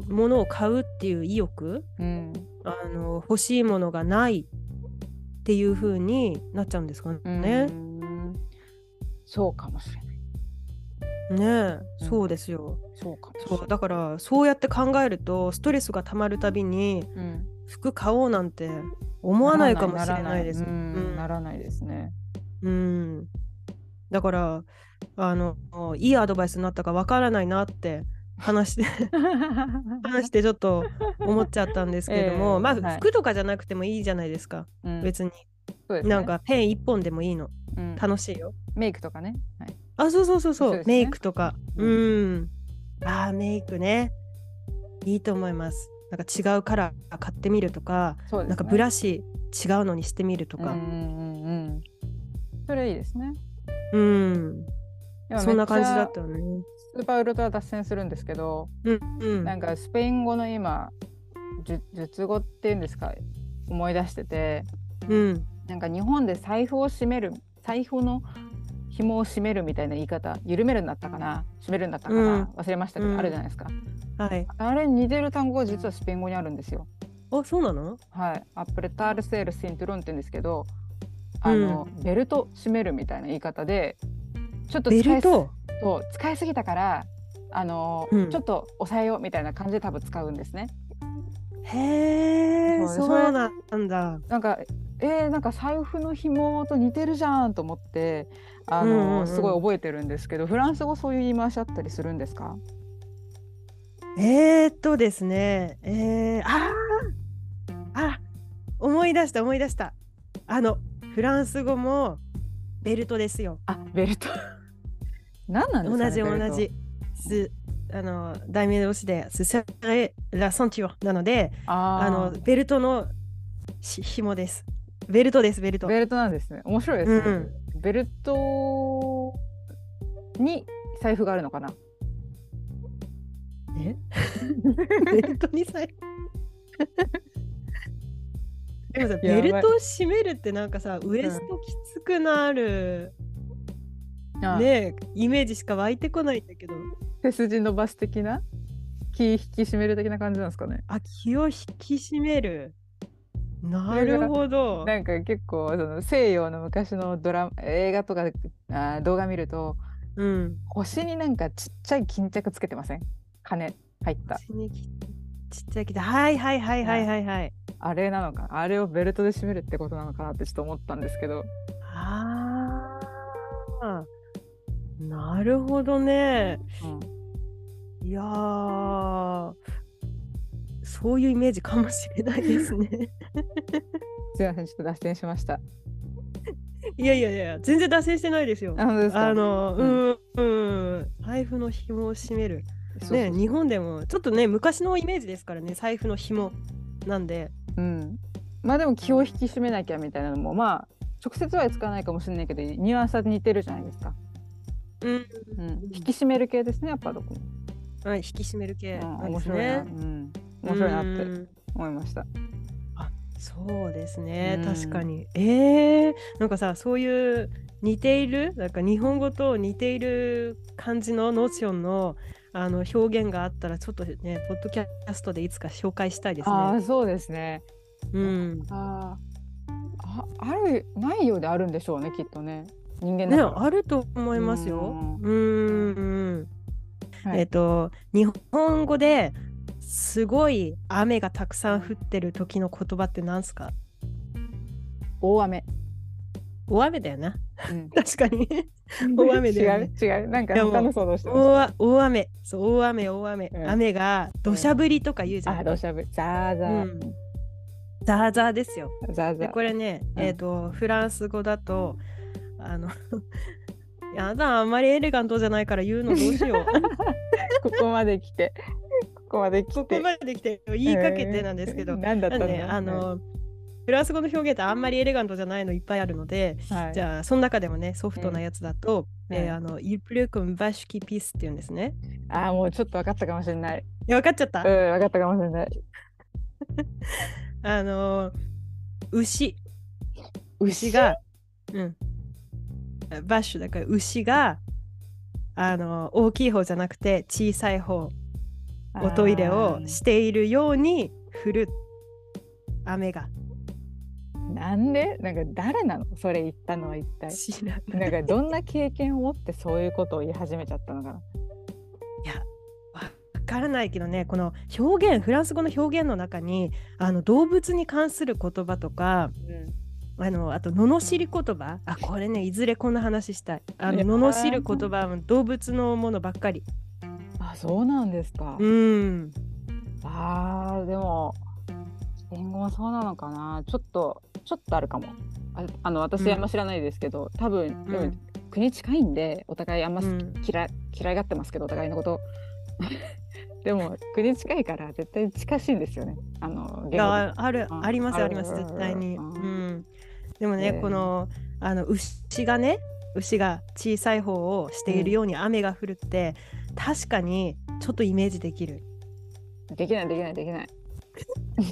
[SPEAKER 1] 物を買うっていう意欲
[SPEAKER 2] えー。うん
[SPEAKER 1] あの欲しいものがないっていう風になっちゃうんですかね。
[SPEAKER 2] うん
[SPEAKER 1] ね
[SPEAKER 2] そうかもしれない。
[SPEAKER 1] え
[SPEAKER 2] うん
[SPEAKER 1] そうですよ。
[SPEAKER 2] そうかもしれ
[SPEAKER 1] そ
[SPEAKER 2] な
[SPEAKER 1] う
[SPEAKER 2] い。
[SPEAKER 1] だからそうやって考えるとストレスがたまるたびに
[SPEAKER 2] うん
[SPEAKER 1] 服買おうなんて思わないかもしれないです。
[SPEAKER 2] ならないうん
[SPEAKER 1] うん
[SPEAKER 2] ならないです ね。
[SPEAKER 1] うん、だからあのいいアドバイスになったかわからないなって話して話してちょっと思っちゃったんですけれども、
[SPEAKER 2] ええ
[SPEAKER 1] ま
[SPEAKER 2] は
[SPEAKER 1] あ
[SPEAKER 2] い
[SPEAKER 1] 服とかじゃなくてもいいじゃないですか、
[SPEAKER 2] うん
[SPEAKER 1] 別に
[SPEAKER 2] そうですね
[SPEAKER 1] なんかペン一本でもいいの
[SPEAKER 2] うん
[SPEAKER 1] 楽しいよ
[SPEAKER 2] メイクとかね。はい
[SPEAKER 1] あそうそうそうそう
[SPEAKER 2] そうですね
[SPEAKER 1] メイクとか
[SPEAKER 2] う
[SPEAKER 1] うんん、あーメイクねいいと思いますなんか違うカラー買ってみるとか、
[SPEAKER 2] そうですね。
[SPEAKER 1] なんかブラシ違うのにしてみると
[SPEAKER 2] う
[SPEAKER 1] か
[SPEAKER 2] んうんうんうん。それいいですね。
[SPEAKER 1] うん、
[SPEAKER 2] でも
[SPEAKER 1] そんな感じ
[SPEAKER 2] め
[SPEAKER 1] だ
[SPEAKER 2] っ
[SPEAKER 1] っ
[SPEAKER 2] ち
[SPEAKER 1] た
[SPEAKER 2] ゃ
[SPEAKER 1] よね
[SPEAKER 2] スーパーウルトラ脱線するんですけど、
[SPEAKER 1] うんうん
[SPEAKER 2] なんかスペイン語の今術術語っていうんですか思い出してて
[SPEAKER 1] うん
[SPEAKER 2] なんか日本で財布を締める財布の紐を締めるみたいな言い方緩めるんだったかな締めるんだったかな、
[SPEAKER 1] うん
[SPEAKER 2] 忘れましたけど、
[SPEAKER 1] うん
[SPEAKER 2] あるじゃないですか
[SPEAKER 1] はい
[SPEAKER 2] あれに似てる単語が実はスペイン語にあるんですよ
[SPEAKER 1] あそうなの
[SPEAKER 2] はいアプレタールセールシントゥロンって言うんですけどあの、ベルト締めるみたいな言い方でちょっと使
[SPEAKER 1] ベ
[SPEAKER 2] いす
[SPEAKER 1] ルト
[SPEAKER 2] そう使いすぎたからあの、
[SPEAKER 1] うん
[SPEAKER 2] ちょっと抑えようみたいな感じで多分使うんですね
[SPEAKER 1] へえ
[SPEAKER 2] ね
[SPEAKER 1] そ
[SPEAKER 2] それ
[SPEAKER 1] うなんだ。
[SPEAKER 2] なんかえーなんか財布の紐と似てるじゃんと思ってあの、
[SPEAKER 1] うんうんうん
[SPEAKER 2] すごい覚えてるんですけどフランス語そういう言い回しあったりするんですか
[SPEAKER 1] えー、っとですね、えー、あーあ思い出した思い出した。あのフランス語もベルトですよ。
[SPEAKER 2] あベルト何なんで
[SPEAKER 1] 同
[SPEAKER 2] すか、ね、
[SPEAKER 1] じ
[SPEAKER 2] ベルト
[SPEAKER 1] 同じ。すあの題名同士で「すせれラサンティオ」なので
[SPEAKER 2] あ
[SPEAKER 1] あ
[SPEAKER 2] あ
[SPEAKER 1] のベルトのし紐です。ベルトですベルト。
[SPEAKER 2] ベルトなんですね面白いですね、
[SPEAKER 1] うん
[SPEAKER 2] ベルトに財布があるのかな
[SPEAKER 1] えベルトにさえ。でもさ
[SPEAKER 2] やば
[SPEAKER 1] ベ
[SPEAKER 2] い
[SPEAKER 1] ルトを締めるってなんかさウエストきつくなる、
[SPEAKER 2] ああ
[SPEAKER 1] ねイメージしか湧いてこないんだけど
[SPEAKER 2] 背筋伸ばす的な気引き締める的な感じなんですかね
[SPEAKER 1] あ気を引き締めるな
[SPEAKER 2] れが
[SPEAKER 1] るほど
[SPEAKER 2] なんか結構その西洋の昔のドラマ映画とかあー動画見ると
[SPEAKER 1] うん
[SPEAKER 2] 腰になんかちっちゃい巾着つけてません金入った
[SPEAKER 1] 口にきちっちゃいけどはいはいはいはいはいはい
[SPEAKER 2] あれなのかあれをベルトで締めるってことなのかなってちょっと思ったんですけど
[SPEAKER 1] ああなるほどね
[SPEAKER 2] うん
[SPEAKER 1] いやーそういうイメージかもしれないです ね。
[SPEAKER 2] すいませんちょっと脱線しました
[SPEAKER 1] いやいやいや、全然脱線してないですよ。
[SPEAKER 2] あのですか
[SPEAKER 1] あの、
[SPEAKER 2] う
[SPEAKER 1] うん、うん、財布の紐を締める。
[SPEAKER 2] そうそう
[SPEAKER 1] ね、日本でも、ちょっとね、昔のイメージですからね、財布の紐なんで。
[SPEAKER 2] うんまあでも気を引き締めなきゃみたいなのもまあ直接は使わないかもしれないけどニュアンスは似てるじゃないですか、
[SPEAKER 1] うん、
[SPEAKER 2] うん、引き締める系ですねやっぱどこも、
[SPEAKER 1] はい、引き締める
[SPEAKER 2] う
[SPEAKER 1] 系
[SPEAKER 2] ん、
[SPEAKER 1] なんで
[SPEAKER 2] 面
[SPEAKER 1] す
[SPEAKER 2] 白いな、
[SPEAKER 1] ね
[SPEAKER 2] う。ん、面白いなって
[SPEAKER 1] って。
[SPEAKER 2] 思いました
[SPEAKER 1] そうですね
[SPEAKER 2] う、ん
[SPEAKER 1] 確かに。えー、なんかさ、そういう似ている、なんか日本語と似ている感じのノーションのあの表現があったら、ちょっとね、ポッドキャストでいつか紹介したいです
[SPEAKER 2] ああ
[SPEAKER 1] ね。
[SPEAKER 2] ーそうですね
[SPEAKER 1] うん、
[SPEAKER 2] あーああるないようであるんでしょうねきっとね人間だ
[SPEAKER 1] ね、
[SPEAKER 2] から、
[SPEAKER 1] あると思いますよ。うーん。
[SPEAKER 2] はい
[SPEAKER 1] えっと、日本語ですごい雨がたくさん降ってる時の言葉って何すか
[SPEAKER 2] 大雨、
[SPEAKER 1] 大雨だよな。
[SPEAKER 2] うん、
[SPEAKER 1] 確かに。 大雨だよね
[SPEAKER 2] 違う違うなんか
[SPEAKER 1] でも
[SPEAKER 2] 他の想像してまし
[SPEAKER 1] 大大雨、そう大雨、大雨、
[SPEAKER 2] うん
[SPEAKER 1] 雨が土砂降りとか言うじ
[SPEAKER 2] た
[SPEAKER 1] ゃ
[SPEAKER 2] あ
[SPEAKER 1] ん。
[SPEAKER 2] どうしゃぶザーザー、
[SPEAKER 1] うんザーザーですよ。
[SPEAKER 2] ザーザ
[SPEAKER 1] で
[SPEAKER 2] ー
[SPEAKER 1] これね、
[SPEAKER 2] うん
[SPEAKER 1] えっ、とフランス語だとあの やだあんまりエレガントじゃないから言うのどうし よう
[SPEAKER 2] ここまで来てここまで来て
[SPEAKER 1] ここまで来て言いかけてなんですけど、
[SPEAKER 2] えー何だった
[SPEAKER 1] なん
[SPEAKER 2] んだ
[SPEAKER 1] でねあの、フランス語の表現ってあんまりエレガントじゃないのいっぱいあるので、
[SPEAKER 2] はい
[SPEAKER 1] じゃあその中でもねソフトなやつだと、
[SPEAKER 2] うん
[SPEAKER 1] えーあのイプレコンバシュキピスっていうんですね。
[SPEAKER 2] ああもうちょっと分かったかもしれな
[SPEAKER 1] い
[SPEAKER 2] い。
[SPEAKER 1] や分かっちゃった、
[SPEAKER 2] うん分かったかもしれない。
[SPEAKER 1] あの牛牛
[SPEAKER 2] 牛
[SPEAKER 1] が、うん、バッシュだから牛があの大きい方じゃなくて小さい方おトイレをしているように降る雨が
[SPEAKER 2] なんでなんか誰なのそれ言ったのは一体。
[SPEAKER 1] 知らない
[SPEAKER 2] なんかどんな経験を持ってそういうことを言い始めちゃったのかな。
[SPEAKER 1] わからないけどねこの表現フランス語の表現の中にあの動物に関する言葉とかあのあと罵り言葉あこれねいずれこんな話したいあの
[SPEAKER 2] いや
[SPEAKER 1] 罵る言葉は動物のものばっかり
[SPEAKER 2] あそうなんですか。
[SPEAKER 1] うん
[SPEAKER 2] あーでも言語はそうなのかな。ちょっとちょっとあるかも。ああの私あんま知らないですけど、多分でも、
[SPEAKER 1] うん
[SPEAKER 2] 国近いんでお互いあんま好き
[SPEAKER 1] うん
[SPEAKER 2] 嫌い嫌いがってますけどお互いのこと でも国近いから絶対近しいんですよねあの
[SPEAKER 1] い
[SPEAKER 2] 言語
[SPEAKER 1] やある
[SPEAKER 2] うん
[SPEAKER 1] あります
[SPEAKER 2] ある
[SPEAKER 1] あります
[SPEAKER 2] ある
[SPEAKER 1] 絶対に、
[SPEAKER 2] う
[SPEAKER 1] うんん、でもね、
[SPEAKER 2] ね
[SPEAKER 1] このあの牛がね牛が小さい方をしているように雨が降るって、確かにちょっとイメージできる
[SPEAKER 2] できないできないできない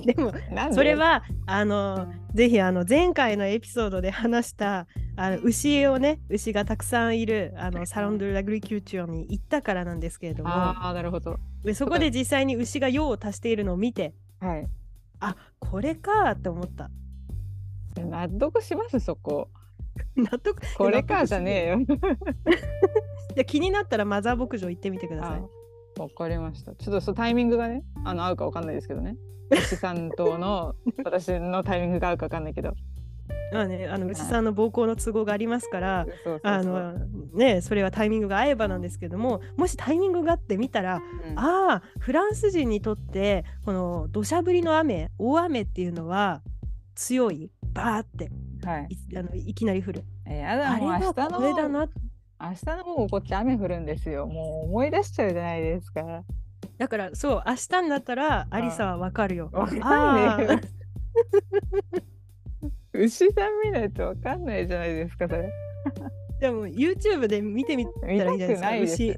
[SPEAKER 1] でも
[SPEAKER 2] なんで
[SPEAKER 1] それはあのぜひあの前回のエピソードで話したあの牛をね牛がたくさんいるあのサロン・ドゥ・ラグリキューチューに行ったからなんですけれども
[SPEAKER 2] ああなるほど
[SPEAKER 1] でそこで実際に牛が用を足しているのを見て
[SPEAKER 2] はい
[SPEAKER 1] あこれかって思った。
[SPEAKER 2] 納得しますそこ
[SPEAKER 1] 納得
[SPEAKER 2] これかじゃ
[SPEAKER 1] え
[SPEAKER 2] ねえよ
[SPEAKER 1] いや気になったらマザー牧場行ってみてください。
[SPEAKER 2] わかりました。ちょっとそうタイミングがね、あの合うかわかんないですけどね。 牛さんとの私のタイミングが合うかわかんないけど。
[SPEAKER 1] まあね、あの牛さんの膀胱の都合がありますから、
[SPEAKER 2] そうそうそう
[SPEAKER 1] あのね、それはタイミングが合えばなんですけどももしタイミングがあってみたら
[SPEAKER 2] うん
[SPEAKER 1] ああフランス人にとってこの土砂降りの雨大雨っていうのは強いバーって
[SPEAKER 2] はい。
[SPEAKER 1] いあのいきなり降る
[SPEAKER 2] えー、やだ
[SPEAKER 1] あれ
[SPEAKER 2] もう明
[SPEAKER 1] だ
[SPEAKER 2] 日の
[SPEAKER 1] これだな
[SPEAKER 2] 明日の午後こっち雨降るんですよ。もう思い出しちゃうじゃないですか。
[SPEAKER 1] だからそう明日になったらありさはわかるよ。
[SPEAKER 2] わかん
[SPEAKER 1] あ
[SPEAKER 2] ないよ。 牛さん見ないとわかんないじゃないですかそれ。
[SPEAKER 1] でも YouTube で見てみたらい
[SPEAKER 2] 見
[SPEAKER 1] いじ
[SPEAKER 2] た
[SPEAKER 1] ゃないですか。
[SPEAKER 2] くないです
[SPEAKER 1] 牛。
[SPEAKER 2] よ一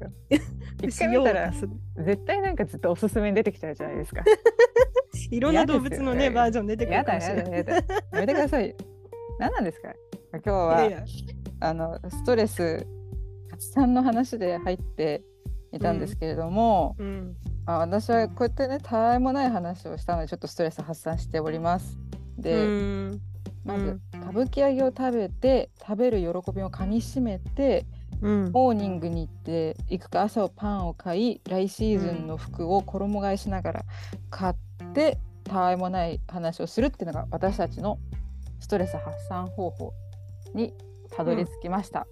[SPEAKER 1] 牛
[SPEAKER 2] 回見
[SPEAKER 1] 用
[SPEAKER 2] たら
[SPEAKER 1] 足す
[SPEAKER 2] 絶対なんかずっとおすすめに出てきちゃうじゃないですか。
[SPEAKER 1] いろんな動物のね
[SPEAKER 2] 嫌ですよね
[SPEAKER 1] バージョン出てく
[SPEAKER 2] や
[SPEAKER 1] るかも
[SPEAKER 2] だ
[SPEAKER 1] しれ
[SPEAKER 2] や
[SPEAKER 1] ない。
[SPEAKER 2] だやだ。やめてくださいよ。何なんですか今日は。
[SPEAKER 1] いやいや
[SPEAKER 2] あのストレス発散の話で入っていたんですけれども、
[SPEAKER 1] うん
[SPEAKER 2] あ私はこうやってねたわいもない話をしたのでちょっとストレス発散しております。
[SPEAKER 1] う
[SPEAKER 2] で、
[SPEAKER 1] ん
[SPEAKER 2] まず歌舞伎揚げを食べて食べる喜びをかみしめて
[SPEAKER 1] うん
[SPEAKER 2] モーニングに行っていくか朝をパンを買い来シーズンの服を衣替えしながら買ってたわいもない話をするっていうのが私たちのストレス発散方法にたどり着きました。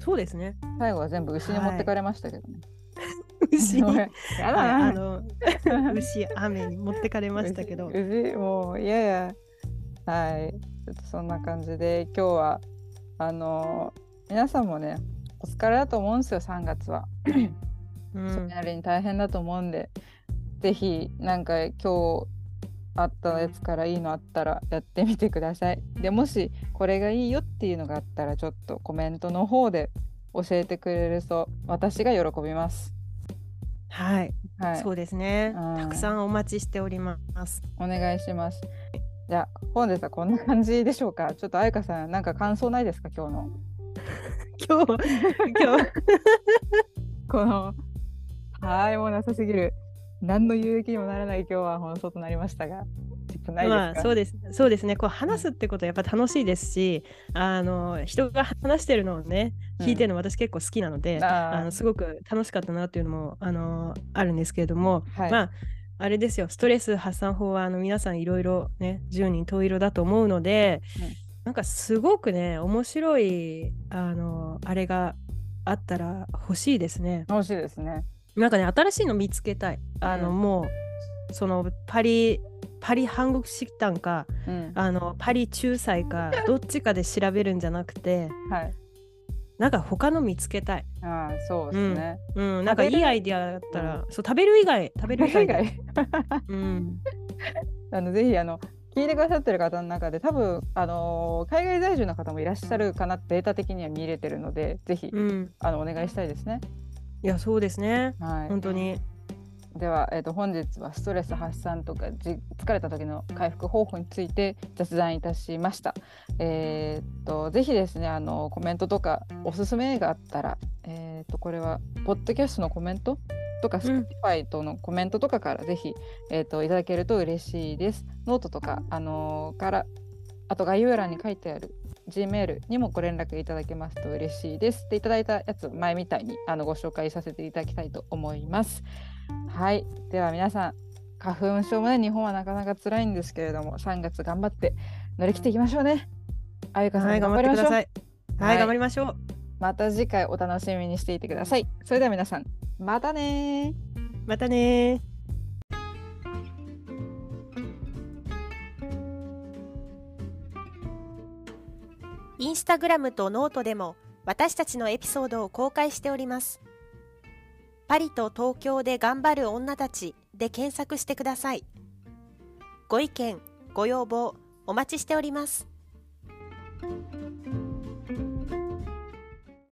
[SPEAKER 1] そうですね。
[SPEAKER 2] 最後は全部牛に持ってかれましたけどね。
[SPEAKER 1] 牛に、
[SPEAKER 2] ご
[SPEAKER 1] はい
[SPEAKER 2] めんやだ
[SPEAKER 1] あ
[SPEAKER 2] な。
[SPEAKER 1] の牛雨に持ってかれましたけど
[SPEAKER 2] 牛、牛もういやいや。はい。ちょっとそんな感じで今日はあの皆さんもねお疲れだと思うんですよ3月は。
[SPEAKER 1] う
[SPEAKER 2] それ
[SPEAKER 1] ん
[SPEAKER 2] なりに大変だと思うんで、ぜひなんか今日あったやつからいいのあったらやってみてください。でもしこれがいいよっていうのがあったらちょっとコメントの方で教えてくれると私が喜びます。
[SPEAKER 1] はい、
[SPEAKER 2] はい。
[SPEAKER 1] そうですね
[SPEAKER 2] うん。
[SPEAKER 1] たくさんお待ちしております。
[SPEAKER 2] お願いします。じゃあ本日はこんな感じでしょうか。ちょっとあやかさんなんか感想ないですか今日の
[SPEAKER 1] 今 日今日
[SPEAKER 2] このはいもうなさすぎる何の有益にもならない今日は放送となりましたがちょっとないですか。
[SPEAKER 1] まあそうですそうですねこう話すってことはやっぱ楽しいですしあの人が話してるのをね
[SPEAKER 2] うん
[SPEAKER 1] 聞いてるの私結構好きなので、
[SPEAKER 2] あー
[SPEAKER 1] あのすごく楽しかったなっていうのもあのあるんですけれども、
[SPEAKER 2] はい
[SPEAKER 1] まああれですよストレス発散法はあの皆さんいろいろね十人十色だと思うので、
[SPEAKER 2] うん
[SPEAKER 1] なんかすごくね面白いあのあれがあったら欲しいですね。
[SPEAKER 2] 楽しいですね。
[SPEAKER 1] なんかね新しいの見つけたい。あの、
[SPEAKER 2] う
[SPEAKER 1] もうそのパリパリ韓国式団か
[SPEAKER 2] うん、
[SPEAKER 1] あのパリ仲裁 かどっちかで調べるんじゃなくて
[SPEAKER 2] はい。
[SPEAKER 1] なんか他の見つけたい。
[SPEAKER 2] ああそうですね。
[SPEAKER 1] うん、なんか
[SPEAKER 2] 食
[SPEAKER 1] い
[SPEAKER 2] べ
[SPEAKER 1] い
[SPEAKER 2] る
[SPEAKER 1] アイディアだったら、そう食べる以外食べる以
[SPEAKER 2] それ
[SPEAKER 1] 外
[SPEAKER 2] 以
[SPEAKER 1] で
[SPEAKER 2] 外
[SPEAKER 1] うん、
[SPEAKER 2] あのぜひあの聞いてくださってる方の中で多分あの海外在住の方もいらっしゃるかなデータ的には見れてるのでぜひ、
[SPEAKER 1] うん、
[SPEAKER 2] あのお願いしたいですね。
[SPEAKER 1] いやそうですね
[SPEAKER 2] はい。
[SPEAKER 1] 本当に
[SPEAKER 2] では、えー、と本日はストレス発散とかじ疲れた時の回復方法について雑談いたしました。えー、とぜひですねあのコメントとかおすすめ映画あったら、えー、とこれはポッドキャストのコメントとか
[SPEAKER 1] うん
[SPEAKER 2] Spotify とのコメントとかからぜひ、えー、といただけると嬉しいです。ノートとか、あのーからあと概要欄に書いてある G メールにもご連絡いただけますと嬉しいです。でいただいたやつ前みたいにあのご紹介させていただきたいと思います。はい、では皆さん花粉症もね日本はなかなか辛いんですけれども3月頑張って乗り切っていきましょうね。あゆかさん、
[SPEAKER 1] はい頑
[SPEAKER 2] 頑
[SPEAKER 1] 張
[SPEAKER 2] 張
[SPEAKER 1] って
[SPEAKER 2] り
[SPEAKER 1] くだ
[SPEAKER 2] ましょう
[SPEAKER 1] さ。いは
[SPEAKER 2] はいい
[SPEAKER 1] 頑張りましょう
[SPEAKER 2] また次回お楽しみにしていてください。それでは皆さん、またねー。
[SPEAKER 1] またねー
[SPEAKER 4] インスタグラムとノートでも私たちのエピソードを公開しております。パリと東京で頑張る女たちで検索してください。ご意見、ご要望、お待ちしております。